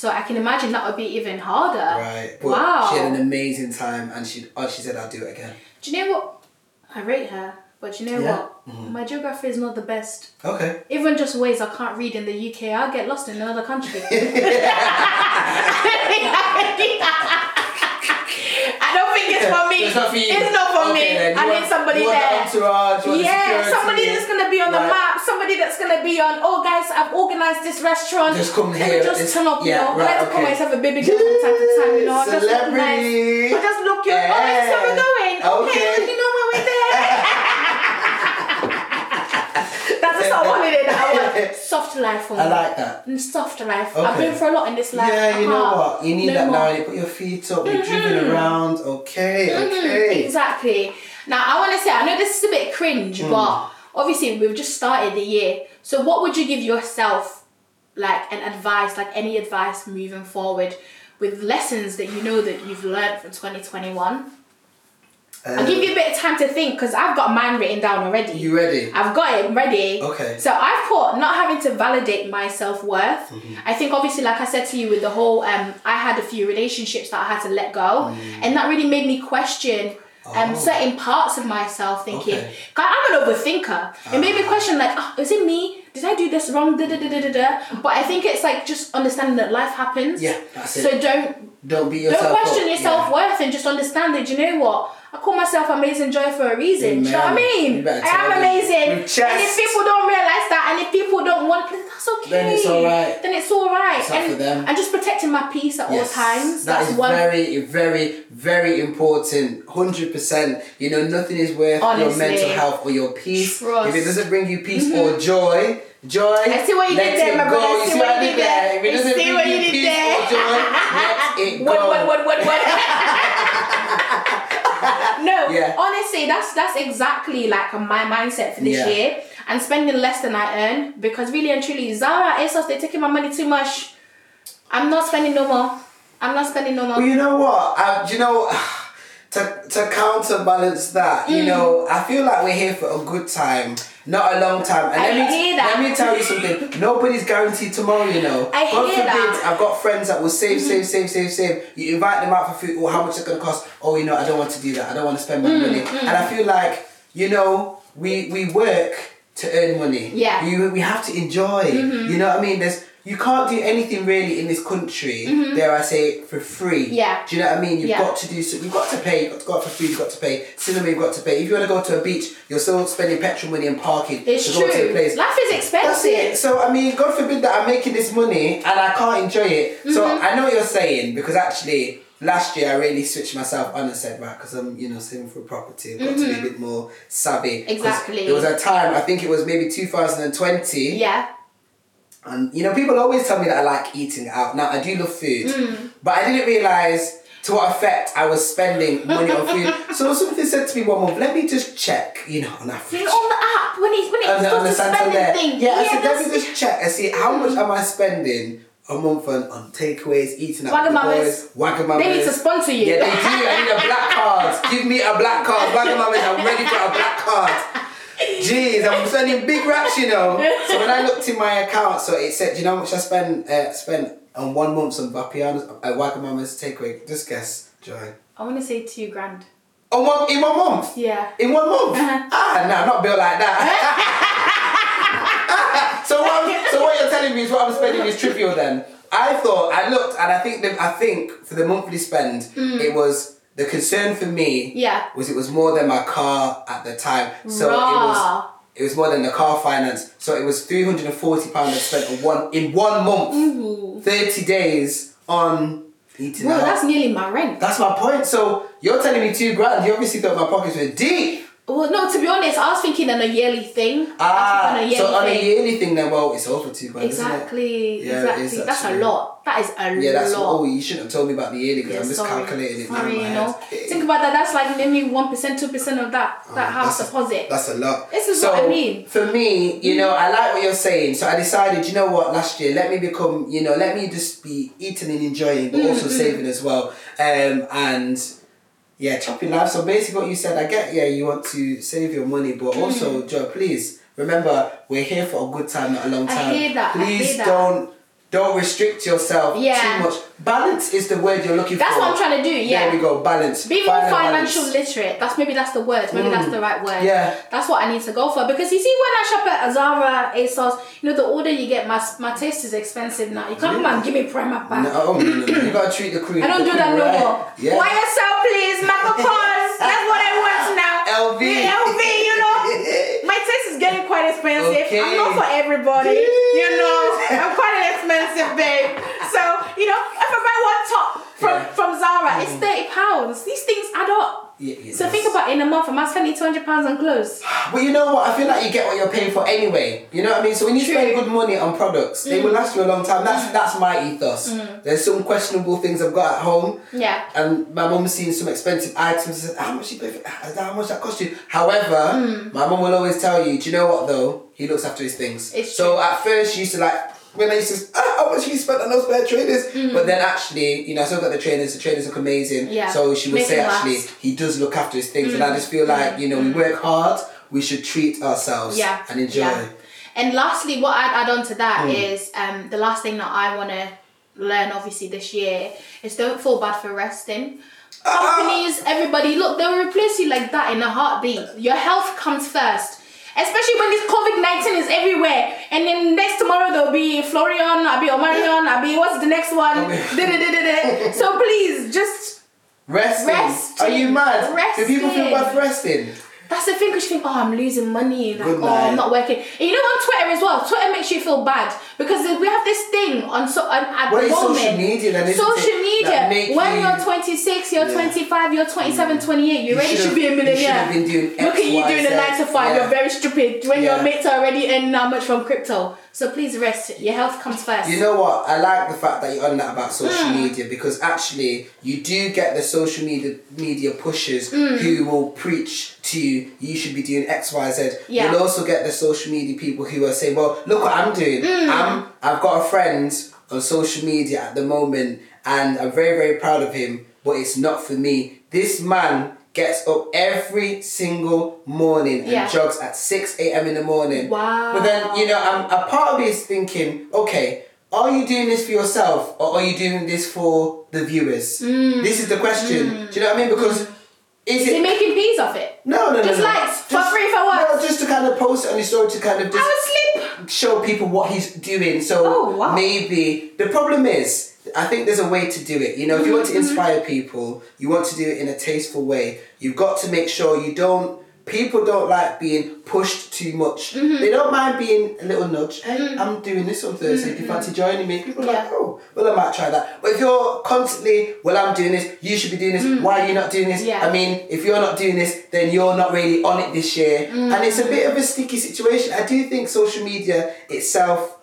Speaker 1: so I can imagine that would be even harder.
Speaker 2: Right. But
Speaker 1: Wow.
Speaker 2: She had an amazing time and she, oh, she said, I'll do it again.
Speaker 1: do you know what? I rate her, but do you know
Speaker 2: Yeah. Mm-hmm.
Speaker 1: what? My geography is not the best.
Speaker 2: Okay.
Speaker 1: Even just ways I can't read in the UK, I'll get lost in another country. I don't think it's for me.
Speaker 2: It's not for you. Okay,
Speaker 1: me.
Speaker 2: then. You
Speaker 1: I
Speaker 2: want-
Speaker 1: need somebody
Speaker 2: you want
Speaker 1: there.
Speaker 2: The entourage, you want the
Speaker 1: Yeah,
Speaker 2: security.
Speaker 1: somebody that's gonna be on the
Speaker 2: Right.
Speaker 1: map, somebody that's gonna be on. Oh, guys, I've organized this restaurant.
Speaker 2: Just come
Speaker 1: Let
Speaker 2: here,
Speaker 1: me just
Speaker 2: this-
Speaker 1: turn up.
Speaker 2: yeah,
Speaker 1: you know,
Speaker 2: right,
Speaker 1: I like to call
Speaker 2: okay.
Speaker 1: myself a baby girl from time to time. You know, I just look
Speaker 2: Celebrity.
Speaker 1: nice. But just look good. Oh,
Speaker 2: Yeah.
Speaker 1: that's where we're going. Okay,
Speaker 2: Okay.
Speaker 1: you know where we're there. that's just not holiday that I want. Soft life for me.
Speaker 2: I like that.
Speaker 1: Mm, Soft life. I've
Speaker 2: Okay.
Speaker 1: been through a lot in this life.
Speaker 2: Yeah, you know
Speaker 1: Uh-huh.
Speaker 2: what? You need
Speaker 1: No
Speaker 2: that now.
Speaker 1: more. Mm-hmm.
Speaker 2: You put your feet up, you're driven around. Okay, okay.
Speaker 1: Exactly. Now, I want to say, I know this is a bit cringe,
Speaker 2: Mm.
Speaker 1: but obviously we've just started the year. So, what would you give yourself, like an advice, like any advice moving forward, with lessons that you know that you've learned from 2021? I'll give you a bit of time to think because I've got mine written down already.
Speaker 2: Uh, You ready?
Speaker 1: I've got it ready.
Speaker 2: Okay.
Speaker 1: So I've put not having to validate my self worth.
Speaker 2: Mm-hmm.
Speaker 1: I think obviously, like I said to you, with the whole, um, I had a few relationships that I had to let go, and that really made me question. Um,
Speaker 2: Mm. Oh.
Speaker 1: certain parts of myself thinking,
Speaker 2: Okay. Ah.
Speaker 1: God, I'm an overthinker. It made me question, like, oh, is it me? Did I do this wrong? Da, da, da, da, da, da. But I think it's like just understanding that life happens.
Speaker 2: Yeah, that's it.
Speaker 1: So don't
Speaker 2: Don't be yourself.
Speaker 1: don't question
Speaker 2: up.
Speaker 1: your
Speaker 2: Yeah.
Speaker 1: self worth and just understand that you know what? I call myself amazing joy for a reason. Do you know what I
Speaker 2: Amen. You
Speaker 1: mean? I
Speaker 2: better tell
Speaker 1: am
Speaker 2: them.
Speaker 1: amazing.
Speaker 2: Your chest.
Speaker 1: And if people don't realise that and if people don't want that's okay.
Speaker 2: Then it's alright.
Speaker 1: Then it's alright.
Speaker 2: It's up
Speaker 1: and,
Speaker 2: for them.
Speaker 1: and just protecting my peace at
Speaker 2: Yes.
Speaker 1: all times.
Speaker 2: That
Speaker 1: that's
Speaker 2: is
Speaker 1: one
Speaker 2: very, very, very important. Hundred percent. You know, nothing is worth your
Speaker 1: Honestly.
Speaker 2: mental health or your peace if
Speaker 1: Trust. Mm-hmm.
Speaker 2: it doesn't bring you peace or joy. Joy.
Speaker 1: I see what you
Speaker 2: let
Speaker 1: did there,
Speaker 2: it
Speaker 1: my
Speaker 2: go.
Speaker 1: brother. I
Speaker 2: You
Speaker 1: see
Speaker 2: see
Speaker 1: what
Speaker 2: what I
Speaker 1: you
Speaker 2: did
Speaker 1: did there.
Speaker 2: there. If it
Speaker 1: I
Speaker 2: doesn't
Speaker 1: see
Speaker 2: bring
Speaker 1: what
Speaker 2: you
Speaker 1: you did
Speaker 2: peace
Speaker 1: there.
Speaker 2: or joy, let it
Speaker 1: What,
Speaker 2: go.
Speaker 1: what, what, what, what? no,
Speaker 2: Yeah.
Speaker 1: honestly, that's that's exactly like my mindset for this
Speaker 2: Yeah.
Speaker 1: year. And spending less than I earn because really and truly, Zara, ASOS, they're taking my money too much. I'm not spending no more. I'm not spending no more.
Speaker 2: Well, you know what? I, you know, to, to counterbalance that,
Speaker 1: Hmm.
Speaker 2: you know, I feel like we're here for a good time, not a long time. And
Speaker 1: I
Speaker 2: let me
Speaker 1: hear that.
Speaker 2: let me tell you something. Nobody's guaranteed tomorrow. You know,
Speaker 1: I
Speaker 2: God
Speaker 1: hear
Speaker 2: forbid.
Speaker 1: that. Mm-hmm.
Speaker 2: I've got friends that will save, save, save, save, save. You invite them out for food. Or how much it's gonna cost? Oh, you know, I don't want to do that. I don't want to spend
Speaker 1: Mm,
Speaker 2: my money. And I feel like you know, we we work to earn money.
Speaker 1: Yeah. Mm-hmm.
Speaker 2: You we have to enjoy. You know what I mean? There's you can't do anything really in this country,
Speaker 1: Mm-hmm.
Speaker 2: dare I say, it, for free.
Speaker 1: Yeah.
Speaker 2: Do you know what I mean? You've
Speaker 1: Yeah.
Speaker 2: got to do so. You've got to pay. You've got to go out for food. You've got to pay. Cinema. You've got to pay. If you want to go to a beach, you're still spending petrol money and parking
Speaker 1: It's
Speaker 2: to
Speaker 1: true.
Speaker 2: go to the place.
Speaker 1: Life is
Speaker 2: That's it.
Speaker 1: expensive.
Speaker 2: So I mean, God forbid that I'm making this money and I can't enjoy it. So
Speaker 1: Mm-hmm.
Speaker 2: I know what you're saying because actually last year I really switched myself on and said right because I'm you know saving for property. I've got to be a bit more savvy. 'Cause
Speaker 1: Mm-hmm. Exactly.
Speaker 2: There was a time I think it was maybe 2020.
Speaker 1: Yeah.
Speaker 2: And you know, people always tell me that I like eating out. Now I do love food, but I didn't realize to what effect I was spending money on food. So something said to me one month, "Let me just check," you know, on
Speaker 1: You
Speaker 2: average.
Speaker 1: know, on the app when it's when it's
Speaker 2: And then on
Speaker 1: got
Speaker 2: the
Speaker 1: to
Speaker 2: Santander.
Speaker 1: spending thing.
Speaker 2: Yeah, I said, let
Speaker 1: that's-
Speaker 2: me just check and see how much am I spending a month on, on takeaways, eating out with the
Speaker 1: Wagamamas.
Speaker 2: boys, Wagamamas.
Speaker 1: They need to sponsor you.
Speaker 2: Yeah, they do. I need a black card. Give me a black card. Wagamamas, I'm ready for a black card. Jeez, I'm spending big raps, you know. So when I looked in my account, so it said, do you know how much I spent uh, spent on one month on Vapiano's, uh, Wagamamas takeaway? Just guess, Joy.
Speaker 1: I want to say two grand.
Speaker 2: On Oh, one, in one month?
Speaker 1: Yeah.
Speaker 2: In one month?
Speaker 1: Uh-huh.
Speaker 2: Ah, no, not built like that. so what? I'm, so what you're telling me is what I'm spending is trivial. Then I thought I looked and I think that I think for the monthly spend it was the concern for me.
Speaker 1: Mm. Yeah.
Speaker 2: Was it was more than my car at the time, so it
Speaker 1: Raw.
Speaker 2: was. It was more than the car finance, so it was three hundred and forty pounds I spent on one in one month,
Speaker 1: Ooh.
Speaker 2: thirty days on eating
Speaker 1: Well,
Speaker 2: out.
Speaker 1: that's nearly my rent.
Speaker 2: That's my point. So you're telling me two grand. You obviously thought my pockets were deep.
Speaker 1: Well, no, to be honest, I was thinking on a yearly thing. I
Speaker 2: Ah,
Speaker 1: was thinking
Speaker 2: so on
Speaker 1: thing.
Speaker 2: a yearly thing, then well, it's over two grand, isn't it?
Speaker 1: Exactly.
Speaker 2: Yeah, it
Speaker 1: exactly.
Speaker 2: is
Speaker 1: that's a
Speaker 2: actually.
Speaker 1: lot. That is a
Speaker 2: Yeah, that's
Speaker 1: lot.
Speaker 2: oh, you shouldn't have told me about the yearly because
Speaker 1: Yeah,
Speaker 2: I'm just calculating it now
Speaker 1: sorry,
Speaker 2: in my
Speaker 1: you
Speaker 2: head.
Speaker 1: know. Think about that. That's like maybe one percent, two percent of that that house
Speaker 2: Oh, Ah, that's-
Speaker 1: deposit.
Speaker 2: That's a lot.
Speaker 1: This is what I mean.
Speaker 2: For me, you know, I like what you're saying. So I decided, you know what, last year, let me become, you know, let me just be eating and enjoying,
Speaker 1: Mm,
Speaker 2: but also saving as well. Um, and yeah, chopping life. So basically, what you said, I get. Yeah, you want to save your money,
Speaker 1: Mm.
Speaker 2: but also, Joe, please remember, we're here for a good time, not a long
Speaker 1: I
Speaker 2: time.
Speaker 1: hear that, I
Speaker 2: Please
Speaker 1: hear that.
Speaker 2: don't. Don't restrict yourself
Speaker 1: Yeah.
Speaker 2: too much. Balance is the word you're looking
Speaker 1: That's
Speaker 2: for.
Speaker 1: what I'm trying to do. Yeah.
Speaker 2: There we go. Balance.
Speaker 1: Be more
Speaker 2: Find a
Speaker 1: financial
Speaker 2: balance.
Speaker 1: literate. That's maybe that's the word. Maybe that's the right word.
Speaker 2: Yeah.
Speaker 1: That's what I need to go for because you see, when I shop at Zara, ASOS, you know, the older you get, my my taste is expensive now. You can't come and give me Primark back.
Speaker 2: No, oh, no, no, no. you gotta treat the crew.
Speaker 1: I don't
Speaker 2: the
Speaker 1: do
Speaker 2: crew
Speaker 1: that no
Speaker 2: right.
Speaker 1: more.
Speaker 2: Yeah.
Speaker 1: Why yourself, please, Michael Kors. That's what I want now.
Speaker 2: LV.
Speaker 1: Yeah, LV, you know. My taste is getting quite expensive. I'm not
Speaker 2: Okay.
Speaker 1: for everybody. You know, I'm quite an expensive babe. So, you know, if I buy one top from,
Speaker 2: Yeah. Mm.
Speaker 1: from Zara, it's 30 pounds. These things add up.
Speaker 2: Yeah, yeah,
Speaker 1: So
Speaker 2: yes.
Speaker 1: think about it, in a month, am I spending 200 pounds on clothes?
Speaker 2: But you know what? I feel like you get what you're paying for anyway. You know what I mean? So when you spend good money on products,
Speaker 1: Mm.
Speaker 2: they will last you a long time. That's that's my ethos. There's some questionable things I've got at home.
Speaker 1: Yeah.
Speaker 2: And my mum's seen some expensive items and said, How much you pay for that? How much that cost you? However,
Speaker 1: Mm.
Speaker 2: my mum will always tell you, Do you know what though? He looks after his things.
Speaker 1: It's
Speaker 2: so at first, she used to like, when I used to, ah, how much you spent on those pair of trainers? But then actually, you know, I still got the trainers, the trainers look amazing.
Speaker 1: Mm. Yeah.
Speaker 2: So she would
Speaker 1: Make
Speaker 2: say,
Speaker 1: them
Speaker 2: actually,
Speaker 1: last.
Speaker 2: he does look after his things. And
Speaker 1: Mm.
Speaker 2: I just feel like, you know, we work hard, we should treat ourselves
Speaker 1: yeah
Speaker 2: and enjoy. Hmm.
Speaker 1: yeah. and lastly what i'd add on to that is um the last thing that i want to learn obviously this year is don't feel bad for resting
Speaker 2: Ah!
Speaker 1: companies everybody look they'll replace you like that in a heartbeat your health comes first Especially when this COVID 19 is everywhere, and then next tomorrow there'll be Florian, I'll be Omarion, I'll be what's the next one?
Speaker 2: Omarion.
Speaker 1: Da-da-da-da-da. so please, just
Speaker 2: Resting.
Speaker 1: Resting.
Speaker 2: Are you mad? Do people feel bad
Speaker 1: Resting.
Speaker 2: for resting?
Speaker 1: That's the thing because you think, oh, I'm losing money, like,
Speaker 2: Good
Speaker 1: oh, I'm
Speaker 2: night.
Speaker 1: not working. And you know, on Twitter as well, Twitter makes you feel bad because we have this thing on so on, at
Speaker 2: What
Speaker 1: the
Speaker 2: is
Speaker 1: moment.
Speaker 2: social media then, isn't
Speaker 1: Social
Speaker 2: it,
Speaker 1: media.
Speaker 2: that make
Speaker 1: when
Speaker 2: you-
Speaker 1: you, are 26, you're
Speaker 2: Yeah. Mm.
Speaker 1: 25, you're 27, 28, you,
Speaker 2: You
Speaker 1: already
Speaker 2: should've-
Speaker 1: should be a
Speaker 2: you should've
Speaker 1: millionaire.
Speaker 2: been doing X,
Speaker 1: Look at you
Speaker 2: Y,
Speaker 1: doing a
Speaker 2: Z.
Speaker 1: 9 to 5,
Speaker 2: Yeah.
Speaker 1: you're very stupid when
Speaker 2: Yeah.
Speaker 1: your mates are already earning that much from crypto. So please rest, your health comes first.
Speaker 2: You know what? I like the fact that you're on that about social
Speaker 1: Hmm.
Speaker 2: media because actually you do get the social media media pushers
Speaker 1: Hmm.
Speaker 2: who will preach to you you should be doing X, Y, Z.
Speaker 1: Yeah.
Speaker 2: You'll also get the social media people who are saying, Well, look what I'm doing.
Speaker 1: Hmm.
Speaker 2: I'm I've got a friend on social media at the moment and I'm very, very proud of him, but it's not for me. This man gets up every single morning and
Speaker 1: Yeah.
Speaker 2: jogs at 6 a.m. in the morning.
Speaker 1: Wow.
Speaker 2: But then, you know, I'm, a part of me is thinking, okay, are you doing this for yourself or are you doing this for the viewers? This is the question. Do you know what I mean? Because is
Speaker 1: Is it
Speaker 2: it.
Speaker 1: making peas of it?
Speaker 2: No, no, no.
Speaker 1: Just
Speaker 2: no.
Speaker 1: likes, for free, for what?
Speaker 2: No, just to kind of post it on your story to kind of just
Speaker 1: I would sleep.
Speaker 2: show people what he's doing. So
Speaker 1: Oh, wow.
Speaker 2: maybe the problem is, I think there's a way to do it. You know, if you want
Speaker 1: Mm-hmm.
Speaker 2: to inspire people, you want to do it in a tasteful way. You've got to make sure you don't. People don't like being pushed too much.
Speaker 1: Mm-hmm.
Speaker 2: They don't mind being a little nudge. Hey, I'm doing this on Thursday. If you fancy joining me, people are like,
Speaker 1: Mm-hmm. Yeah.
Speaker 2: oh, well, I might try that. But if you're constantly, well, I'm doing this. You should be doing
Speaker 1: Mm.
Speaker 2: this. Why are you not doing this?
Speaker 1: Yeah.
Speaker 2: I mean, if you're not doing this, then you're not really on it this year. And it's a bit of a sticky situation. I do think social media itself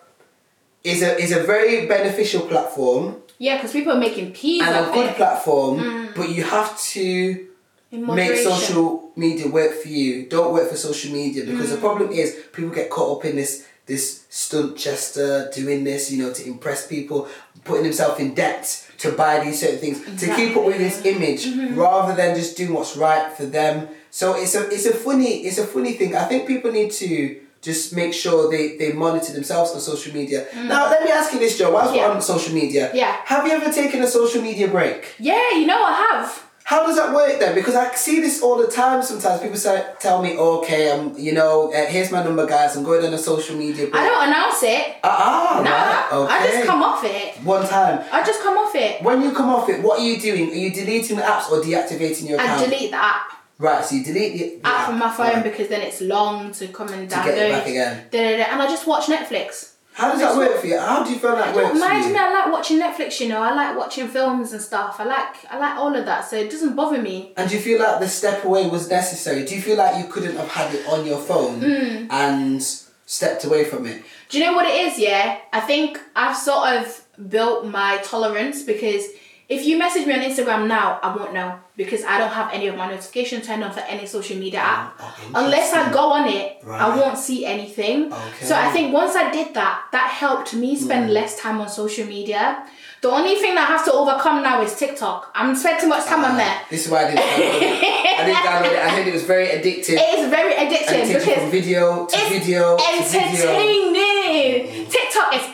Speaker 2: is a is a very beneficial platform
Speaker 1: Yeah, because people are making peas
Speaker 2: and
Speaker 1: of
Speaker 2: a good
Speaker 1: it.
Speaker 2: platform, but you have to
Speaker 1: in
Speaker 2: make
Speaker 1: moderation.
Speaker 2: social media work for you. Don't work for social media because
Speaker 1: Mm.
Speaker 2: the problem is people get caught up in this this stunt chester doing this, you know, to impress people, putting himself in debt to buy these certain things to keep up with his image
Speaker 1: Mm-hmm.
Speaker 2: rather than just doing what's right for them. So it's a it's a funny it's a funny thing. I think people need to just make sure they, they monitor themselves on social media. Now let me ask you this, Joe. Whilst
Speaker 1: Mm. Yeah.
Speaker 2: we're on social media,
Speaker 1: Yeah.
Speaker 2: have you ever taken a social media break?
Speaker 1: Yeah, you know I have.
Speaker 2: How does that work then? Because I see this all the time. Sometimes people say, tell me, okay, I'm, you know, uh, here's my number, guys. I'm going on a social media.
Speaker 1: I don't announce it.
Speaker 2: Ah, ah,
Speaker 1: Nah,
Speaker 2: right,
Speaker 1: I
Speaker 2: okay.
Speaker 1: just come off it.
Speaker 2: One time.
Speaker 1: I just come off it.
Speaker 2: When you come off it, what are you doing? Are you deleting the apps or deactivating your account?
Speaker 1: I delete the app.
Speaker 2: Right, so you delete the, the
Speaker 1: app
Speaker 2: app.
Speaker 1: from my phone
Speaker 2: Right.
Speaker 1: because then it's long to come and download.
Speaker 2: get it back again.
Speaker 1: Da, da, da. And I just watch Netflix.
Speaker 2: How does that work for you? How do you feel that works for
Speaker 1: Mind me,
Speaker 2: you?
Speaker 1: I like watching Netflix. You know, I like watching films and stuff. I like, I like all of that. So it doesn't bother me.
Speaker 2: And do you feel like the step away was necessary? Do you feel like you couldn't have had it on your phone
Speaker 1: Hmm.
Speaker 2: and stepped away from it?
Speaker 1: Do you know what it is? Yeah, I think I've sort of built my tolerance because if you message me on Instagram now, I won't know because I don't have any of my notifications turned on for any social media app.
Speaker 2: Oh,
Speaker 1: Unless I
Speaker 2: interesting.
Speaker 1: go on it, I
Speaker 2: Right.
Speaker 1: won't see anything. So I
Speaker 2: Okay. Hmm.
Speaker 1: think once I did that, that helped me spend less time on social media. The only thing that I have to overcome now is TikTok. I'm spending too much
Speaker 2: Ah.
Speaker 1: time on there.
Speaker 2: This is why I didn't download it. I didn't download it. I heard it was very addictive.
Speaker 1: It is very
Speaker 2: and
Speaker 1: addictive
Speaker 2: it takes you from
Speaker 1: because
Speaker 2: video to
Speaker 1: it's
Speaker 2: video to video.
Speaker 1: entertaining. TikTok is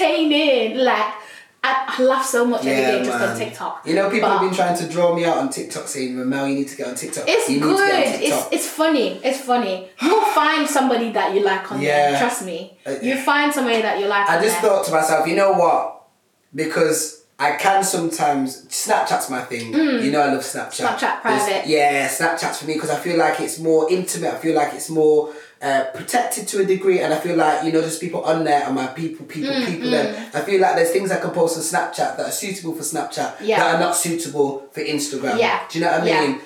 Speaker 1: entertaining. Like I, I laugh so much every day just on
Speaker 2: man.
Speaker 1: TikTok.
Speaker 2: You know, people have
Speaker 1: But
Speaker 2: been trying to draw me out on TikTok saying, Ramel, you need to get on TikTok.
Speaker 1: It's
Speaker 2: you need
Speaker 1: good.
Speaker 2: to get on
Speaker 1: It's
Speaker 2: TikTok.
Speaker 1: it's funny. It's funny. You'll find somebody that you like on there.
Speaker 2: Yeah.
Speaker 1: Trust me.
Speaker 2: Uh,
Speaker 1: You find somebody that you like.
Speaker 2: I
Speaker 1: on
Speaker 2: just
Speaker 1: there.
Speaker 2: thought to myself, you know what? Because I can sometimes Snapchat's my thing. You know, I love Snapchat.
Speaker 1: Mm. Snapchat
Speaker 2: There's-
Speaker 1: private.
Speaker 2: yeah, Snapchat's for me because I feel like it's more intimate. I feel like it's more uh, protected to a degree, and I feel like you know, there's people on there and my people, people,
Speaker 1: Mm,
Speaker 2: people. And I feel like there's things I can post on Snapchat that are suitable for Snapchat
Speaker 1: Yeah.
Speaker 2: that are not suitable for Instagram.
Speaker 1: Yeah.
Speaker 2: Do you know what I
Speaker 1: Yeah.
Speaker 2: mean?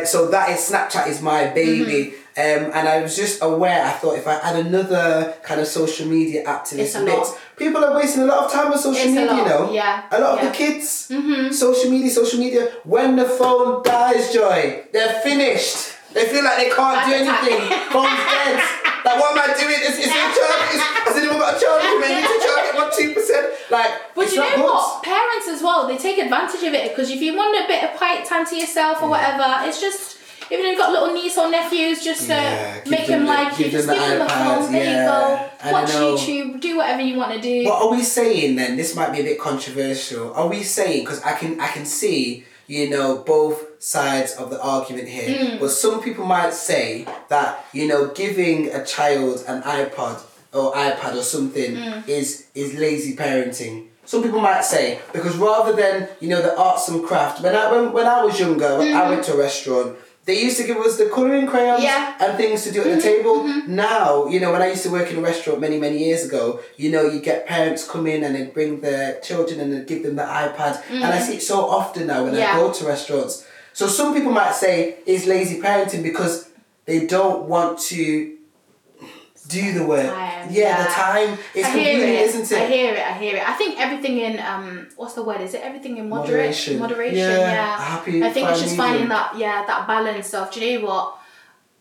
Speaker 2: Um, so that is Snapchat is my
Speaker 1: Mm-hmm.
Speaker 2: baby. Um, and I was just aware. I thought if I add another kind of social media app to
Speaker 1: It's
Speaker 2: this
Speaker 1: a
Speaker 2: mix,
Speaker 1: lot.
Speaker 2: people are wasting a lot of time on social
Speaker 1: It's a
Speaker 2: media.
Speaker 1: lot,
Speaker 2: You know,
Speaker 1: yeah,
Speaker 2: a lot
Speaker 1: yeah. Mm-hmm.
Speaker 2: of the kids, social media, social media. When the phone dies, joy, they're finished. They feel like they can't do
Speaker 1: Heart attack.
Speaker 2: anything. Phone's dead. Like what am I doing? Is, is it charging? Is, has anyone got a charger? Man, need to charge it one two percent. Like
Speaker 1: But
Speaker 2: it's
Speaker 1: you know
Speaker 2: not good.
Speaker 1: what? Parents as well, they take advantage of it because if you want a bit of quiet time to yourself or whatever, it's just even if you've got little niece or nephews, just uh,
Speaker 2: Yeah, give
Speaker 1: make them,
Speaker 2: them the-
Speaker 1: like you,
Speaker 2: give
Speaker 1: just
Speaker 2: them
Speaker 1: give
Speaker 2: the
Speaker 1: them a
Speaker 2: iPads,
Speaker 1: phone, there
Speaker 2: yeah.
Speaker 1: you go,
Speaker 2: I
Speaker 1: watch
Speaker 2: know.
Speaker 1: YouTube, do whatever you want to do.
Speaker 2: What are we saying then? This might be a bit controversial. Are we saying because I can I can see you know both sides of the argument here, but some people might say that you know giving a child an iPod or iPad or something is is lazy parenting. Some people might say because rather than you know the arts and craft when I when, when I was younger when I went to a restaurant. They used to give us the colouring crayons
Speaker 1: Yeah.
Speaker 2: and things to do at
Speaker 1: Mm-hmm,
Speaker 2: the table. Now, you know, when I used to work in a restaurant many, many years ago, you know, you get parents come in and they bring their children and they give them the iPad. And I see it so often now when
Speaker 1: Mm-hmm. Yeah.
Speaker 2: I go to restaurants. So some people might say it's lazy parenting because they don't want to do the work.
Speaker 1: Time,
Speaker 2: yeah,
Speaker 1: yeah.
Speaker 2: the time. It's
Speaker 1: I hear
Speaker 2: convenient,
Speaker 1: it.
Speaker 2: is isn't
Speaker 1: I
Speaker 2: it?
Speaker 1: hear it. I hear it. I think everything in um, what's the word? Is it everything in moderate
Speaker 2: Moderation.
Speaker 1: Moderation.
Speaker 2: Yeah,
Speaker 1: Yeah.
Speaker 2: a happy
Speaker 1: I think it's
Speaker 2: fine
Speaker 1: just finding
Speaker 2: medium.
Speaker 1: that yeah that balance of do you know what?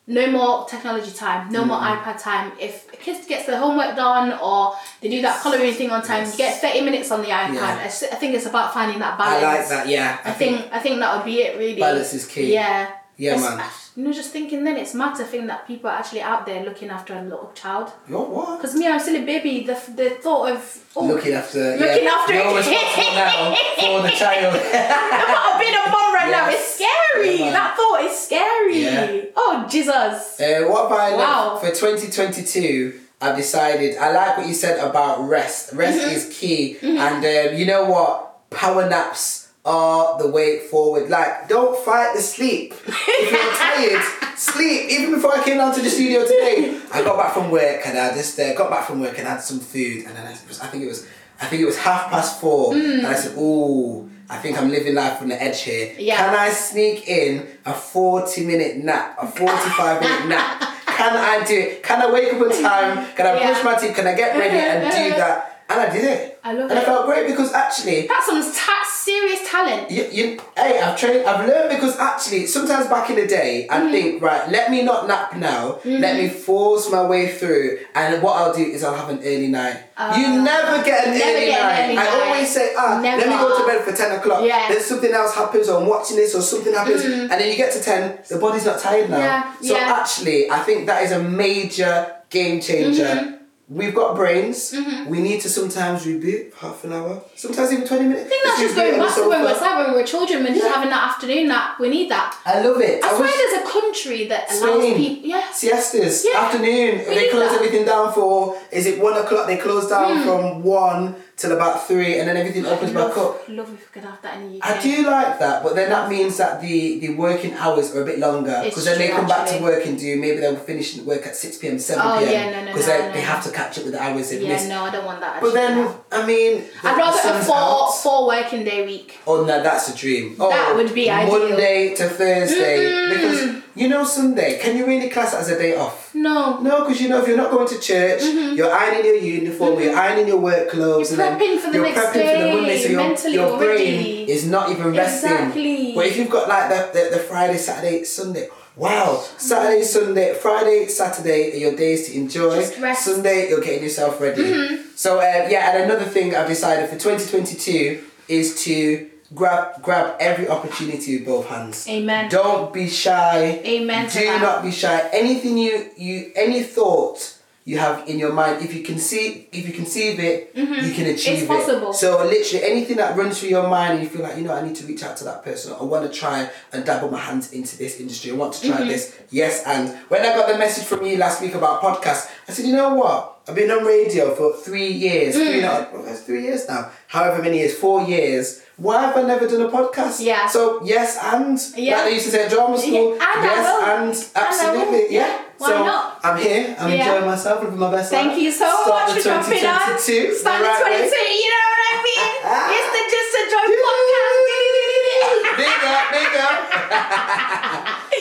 Speaker 1: No more technology time. No more
Speaker 2: Mm.
Speaker 1: iPad time. If a kid gets their homework done or they do that colouring thing on time, you get thirty minutes on the iPad.
Speaker 2: Yeah.
Speaker 1: I, s- I think it's about finding that
Speaker 2: I
Speaker 1: balance.
Speaker 2: like that. Yeah,
Speaker 1: I think I think that would be it really.
Speaker 2: Balance is key.
Speaker 1: Yeah.
Speaker 2: Yeah,
Speaker 1: It's-
Speaker 2: man.
Speaker 1: You know, just thinking then it's mad to think that people are actually out there looking after a little child.
Speaker 2: Your what?
Speaker 1: Because me, I'm still a baby. The, the thought of oh,
Speaker 2: Looking after.
Speaker 1: Looking
Speaker 2: yeah,
Speaker 1: after
Speaker 2: You're
Speaker 1: it.
Speaker 2: responsible now for the child.
Speaker 1: of being a mom right now is
Speaker 2: Yes.
Speaker 1: scary.
Speaker 2: Yeah, man.
Speaker 1: that thought is scary.
Speaker 2: Yeah.
Speaker 1: Oh Jesus!
Speaker 2: Uh, what have I
Speaker 1: Wow.
Speaker 2: wow. for 2022? I've decided. I like what you said about rest. Rest is key, and um, you know what? Power naps are the way forward. Like, don't fight the sleep. If you're tired, sleep. Even before I came down to the studio today, I got back from work and I just uh, got back from work and had some food, and then I, was, I think it was, I think it was half past four, and I said, "Ooh, I think I'm living life on the edge here.
Speaker 1: Yeah.
Speaker 2: Can I sneak in a 40 minute nap, a 45 minute nap? Can I do it? Can I wake up on time? Can I
Speaker 1: Yeah.
Speaker 2: brush my teeth? Can I get ready and do that? and I did it.
Speaker 1: I love
Speaker 2: and I
Speaker 1: it.
Speaker 2: felt great because actually
Speaker 1: That's some ta- serious talent.
Speaker 2: you, you, hey, I've trained, I've learned because actually, sometimes back in the day,
Speaker 1: Mm.
Speaker 2: I think, right, let me not nap now,
Speaker 1: Mm-hmm.
Speaker 2: let me force my way through, and what I'll do is I'll have an early night. you never get an,
Speaker 1: Ah, Never
Speaker 2: early,
Speaker 1: get an
Speaker 2: night.
Speaker 1: early
Speaker 2: I
Speaker 1: night.
Speaker 2: always say, ah, let me
Speaker 1: Never.
Speaker 2: go to bed for 10 o'clock.
Speaker 1: Yeah. Mm.
Speaker 2: Then something else happens, or I'm watching this, or something happens, and then you get to 10, the body's not tired now.
Speaker 1: Yeah,
Speaker 2: So
Speaker 1: yeah.
Speaker 2: actually, I think that is a major game changer.
Speaker 1: Mm-hmm.
Speaker 2: We've got brains. We need to sometimes reboot half an hour, sometimes even twenty minutes.
Speaker 1: I think that's just going back to when we were sad, when we were children, when just having that afternoon nap. We need that.
Speaker 2: I love it.
Speaker 1: I
Speaker 2: I
Speaker 1: swear
Speaker 2: wish-
Speaker 1: there's a country that allows
Speaker 2: Spain.
Speaker 1: people. Yeah.
Speaker 2: siestas,
Speaker 1: Yeah.
Speaker 2: afternoon.
Speaker 1: We
Speaker 2: they
Speaker 1: need
Speaker 2: close
Speaker 1: that.
Speaker 2: everything down for, is it one o'clock? They close down
Speaker 1: Hmm.
Speaker 2: from one till about three and then everything opens back up.
Speaker 1: Love, love if we could have that in the UK.
Speaker 2: I do like that, but then that means that the, the working hours are a bit longer
Speaker 1: It's
Speaker 2: because then they
Speaker 1: true,
Speaker 2: come back to
Speaker 1: actually.
Speaker 2: work and do maybe they'll finish work at 6 pm, 7
Speaker 1: Oh,
Speaker 2: pm
Speaker 1: yeah, no, no,
Speaker 2: because
Speaker 1: no,
Speaker 2: they,
Speaker 1: no,
Speaker 2: they
Speaker 1: no.
Speaker 2: have to catch up with the hours they've
Speaker 1: Yeah,
Speaker 2: missed.
Speaker 1: no, I don't want that.
Speaker 2: But
Speaker 1: actually,
Speaker 2: then,
Speaker 1: no.
Speaker 2: I mean,
Speaker 1: I'd
Speaker 2: the
Speaker 1: rather a
Speaker 2: sun's
Speaker 1: four
Speaker 2: out.
Speaker 1: four working day week.
Speaker 2: Oh no, that's a dream. Oh,
Speaker 1: That would be ideal.
Speaker 2: Monday to Thursday because you know Sunday. Can you really class it as a day off?
Speaker 1: No.
Speaker 2: No, because you know if you're not going to church, you're ironing your uniform, you're ironing your work clothes,
Speaker 1: Mm-hmm. You're
Speaker 2: and then
Speaker 1: prepping for the
Speaker 2: you're
Speaker 1: next
Speaker 2: prepping for the
Speaker 1: day,
Speaker 2: Monday. So your,
Speaker 1: mentally
Speaker 2: your brain
Speaker 1: already.
Speaker 2: is not even resting.
Speaker 1: Exactly.
Speaker 2: But if you've got like the, the, the Friday, Saturday, Sunday. Wow,
Speaker 1: Mm-hmm.
Speaker 2: Saturday, Sunday, Friday, Saturday are your days to enjoy.
Speaker 1: Just rest. Mm-hmm.
Speaker 2: Sunday, you're getting yourself ready. So uh, yeah, and another thing I've decided for 2022 is to grab grab every opportunity with both hands.
Speaker 1: Amen.
Speaker 2: Don't be shy.
Speaker 1: Amen to
Speaker 2: Do
Speaker 1: that.
Speaker 2: not be shy. Anything you you any thought you have in your mind, if you can see if you conceive it, you can achieve
Speaker 1: Mm-hmm.
Speaker 2: it.
Speaker 1: possible.
Speaker 2: So literally anything that runs through your mind and you feel like, you know, I need to reach out to that person, I want to try and dabble my hands into this industry, I want to try
Speaker 1: Mm-hmm.
Speaker 2: this. Yes, and when I got the message from you last week about podcasts, I said, you know what? I've been on radio for three years,
Speaker 1: Mm.
Speaker 2: three and a half- well, that's three years now, however many years, four years. Why have I never done a podcast?
Speaker 1: Yeah.
Speaker 2: So yes and
Speaker 1: Yeah.
Speaker 2: like they used to say at drama school.
Speaker 1: Yeah, and I
Speaker 2: yes
Speaker 1: will.
Speaker 2: and
Speaker 1: And I
Speaker 2: absolutely.
Speaker 1: will.
Speaker 2: yeah.
Speaker 1: Why
Speaker 2: so
Speaker 1: not?
Speaker 2: I'm here. I'm
Speaker 1: Yeah.
Speaker 2: enjoying myself, living my best life.
Speaker 1: Thank you so
Speaker 2: Start
Speaker 1: much
Speaker 2: the
Speaker 1: for jumping on.
Speaker 2: 2022 the
Speaker 1: Start
Speaker 2: right Ah. way.
Speaker 1: 22, you know what I mean? it's the Just a Joy podcast.
Speaker 2: big up, big up.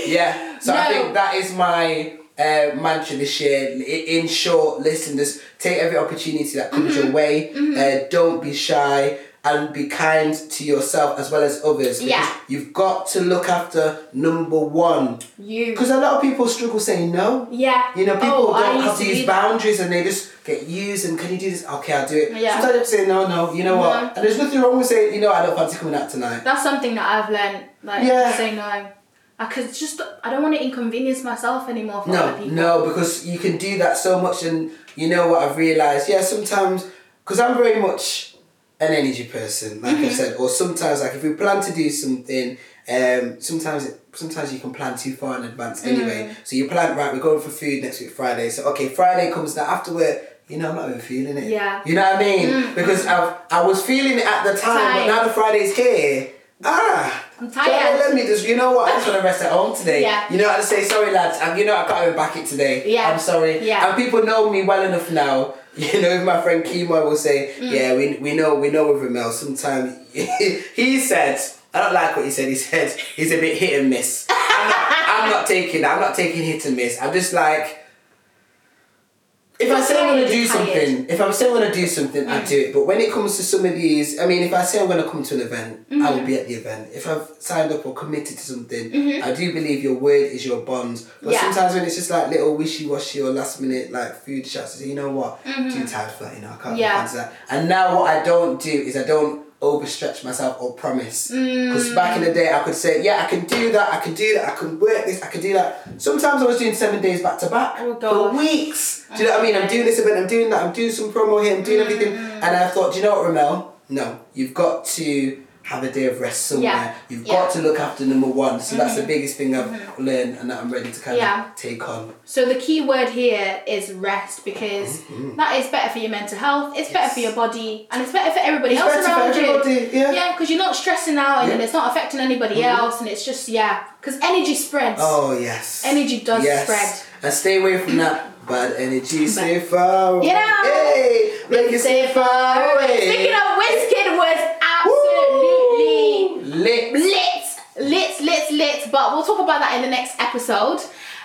Speaker 2: yeah. So I
Speaker 1: No.
Speaker 2: think that is my uh, mantra this year. I- In short, listen, just take every opportunity that comes
Speaker 1: Mm-hmm.
Speaker 2: your way. Uh, don't be shy and be kind to yourself as well as others. because
Speaker 1: Yeah.
Speaker 2: You've got to look after number one.
Speaker 1: you.
Speaker 2: Because a lot of people struggle saying no.
Speaker 1: Yeah.
Speaker 2: You know, people
Speaker 1: Oh, I
Speaker 2: don't
Speaker 1: used
Speaker 2: have
Speaker 1: to
Speaker 2: these
Speaker 1: do that.
Speaker 2: boundaries and they just get used and can you do this? Okay, I'll do it.
Speaker 1: Yeah.
Speaker 2: Sometimes they have to say no, no, you know
Speaker 1: No.
Speaker 2: what? And there's nothing wrong with saying, you know, I don't fancy coming out tonight.
Speaker 1: That's something that I've learned. Like,
Speaker 2: Yeah.
Speaker 1: say no. I could just, I don't want to inconvenience myself anymore for other
Speaker 2: No,
Speaker 1: people.
Speaker 2: no, because you can do that so much, and you know what I've realized. Yeah, sometimes because I'm very much an energy person, like I
Speaker 1: Mm-hmm.
Speaker 2: said, or sometimes like if we plan to do something, um, sometimes it, sometimes you can plan too far in advance
Speaker 1: Mm-hmm.
Speaker 2: anyway. So you plan right, we're going for food next week Friday. So okay, Friday comes now after work. You know, I'm not even feeling it.
Speaker 1: Yeah. Mm.
Speaker 2: You know what I mean? Because I I was feeling it at the time, but
Speaker 1: Time.
Speaker 2: now the Friday's here. Ah,
Speaker 1: I'm
Speaker 2: so
Speaker 1: tired.
Speaker 2: let me just, you know what? I just want to rest at home today.
Speaker 1: Yeah.
Speaker 2: You know, I just say, sorry, lads. And you know, I can't even back it today.
Speaker 1: Yeah.
Speaker 2: I'm sorry.
Speaker 1: Yeah.
Speaker 2: And people know me well enough now. You know, my friend Kimo will say,
Speaker 1: Mm.
Speaker 2: yeah, we, we know we know with Ramel. Sometimes he said, I don't like what he said. He said he's a bit hit and miss. I'm not, I'm not taking that. I'm not taking hit and miss. I'm just like. If I say I'm gonna do
Speaker 1: Tired.
Speaker 2: something, if I'm saying I'm gonna do something, I do it. But when it comes to some of these, I mean, if I say I'm gonna come to an event, I will be at the event. If I've signed up or committed to something, I do believe your word is your bond. But
Speaker 1: Mm-hmm. Yeah.
Speaker 2: sometimes when it's just like little wishy washy or last minute like food shots, you say, you know what, too tired for that, you know, I can't
Speaker 1: Mm-hmm. Yeah.
Speaker 2: yeah. that. And now what I don't do is I don't overstretch myself or promise.
Speaker 1: Mm.
Speaker 2: Because back in the day, I could say, yeah, I can do that, I can do that, I can work this, I can do that. Sometimes I was doing seven days back to back
Speaker 1: Oh,
Speaker 2: for
Speaker 1: gosh.
Speaker 2: weeks. Do you know what I mean? I'm doing this event, I'm doing that, I'm doing some promo here, I'm doing everything.
Speaker 1: Mm.
Speaker 2: And I thought, do you know what, Ramel? No, you've got to have a day of rest somewhere.
Speaker 1: Yeah.
Speaker 2: You've
Speaker 1: Yeah. Mm-hmm.
Speaker 2: got to look after number one. So that's the biggest thing I've learned and that I'm ready to kind
Speaker 1: Yeah.
Speaker 2: of take on.
Speaker 1: So the key word here is rest because
Speaker 2: Mm-hmm.
Speaker 1: that is better for your mental health. It's better for your body, and it's better for everybody else
Speaker 2: Better for
Speaker 1: around you.
Speaker 2: everybody, yeah.
Speaker 1: Yeah, because you're not stressing out, and
Speaker 2: Yeah. Mm-hmm.
Speaker 1: then it's not affecting anybody else, and it's just yeah, because energy spreads.
Speaker 2: Oh yes.
Speaker 1: Energy does
Speaker 2: yes.
Speaker 1: spread.
Speaker 2: And stay away from that bad energy. Stay far away.
Speaker 1: Yeah.
Speaker 2: Hey, make it stay far away.
Speaker 1: Speaking of Wizkid was absolutely
Speaker 2: Lit.
Speaker 1: lit, lit, lit, lit. But we'll talk about that in the next episode.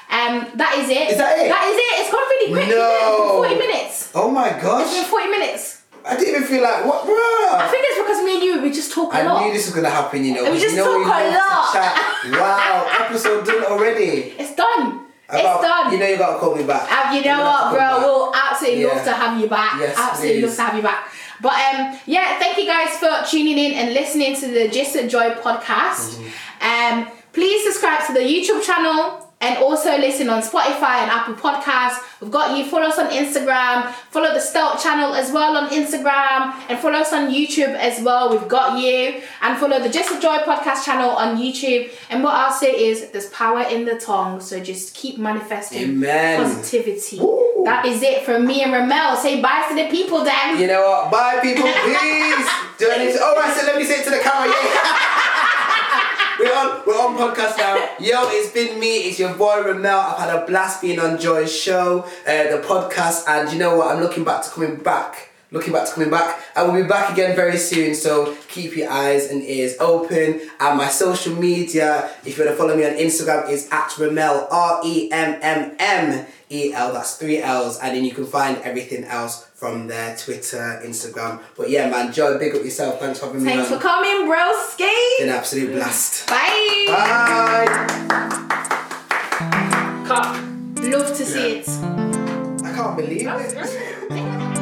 Speaker 1: Um, that is it.
Speaker 2: Is that it?
Speaker 1: That is it. It's gone really quick.
Speaker 2: No.
Speaker 1: Forty minutes.
Speaker 2: Oh my
Speaker 1: It's been
Speaker 2: gosh.
Speaker 1: forty minutes.
Speaker 2: I didn't even feel like what, bruh.
Speaker 1: I think it's because me and you we just talk a
Speaker 2: I
Speaker 1: lot.
Speaker 2: knew this was gonna happen, you know.
Speaker 1: We
Speaker 2: 'cause
Speaker 1: just
Speaker 2: you know
Speaker 1: talk
Speaker 2: when you
Speaker 1: a
Speaker 2: love to
Speaker 1: lot.
Speaker 2: Chat. Wow, episode done already.
Speaker 1: It's done.
Speaker 2: About-
Speaker 1: it's done.
Speaker 2: You know you gotta call me back.
Speaker 1: Um, you know
Speaker 2: You're
Speaker 1: what, bro?
Speaker 2: gonna have to come
Speaker 1: We'll absolutely
Speaker 2: Yeah.
Speaker 1: love to have you back.
Speaker 2: Yes,
Speaker 1: absolutely
Speaker 2: please.
Speaker 1: love to have you back. But um, yeah, thank you guys for tuning in and listening to the Just Enjoy podcast.
Speaker 2: Mm-hmm.
Speaker 1: Um, please subscribe to the YouTube channel and also listen on Spotify and Apple Podcasts. We've got you follow us on Instagram, follow the Stealth channel as well on Instagram, and follow us on YouTube as well. We've got you and follow the Just Enjoy podcast channel on YouTube. And what I'll say is, there's power in the tongue, so just keep manifesting
Speaker 2: Amen.
Speaker 1: positivity.
Speaker 2: Woo.
Speaker 1: That is it from me and Ramel. Say bye to the people,
Speaker 2: back.
Speaker 1: then.
Speaker 2: You know what? Bye, people. Peace. Do I need to? All right, so let me say it to the camera. Yeah. We're on, we're on podcast now. Yo, it's been me. It's your boy Ramel. I've had a blast being on Joy's show, uh, the podcast, and you know what? I'm looking back to coming back. Looking back to coming back. I will be back again very soon, so keep your eyes and ears open. And my social media, if you want to follow me on Instagram, is at Ramel, R E M M M E L, that's three L's, and then you can find everything else from there Twitter, Instagram. But yeah, man, Joy, big up yourself. Thanks for having me.
Speaker 1: Thanks
Speaker 2: man.
Speaker 1: for coming, broski.
Speaker 2: An absolute blast.
Speaker 1: Bye.
Speaker 2: Bye.
Speaker 1: Love to see it.
Speaker 2: I can't believe it.
Speaker 1: That's-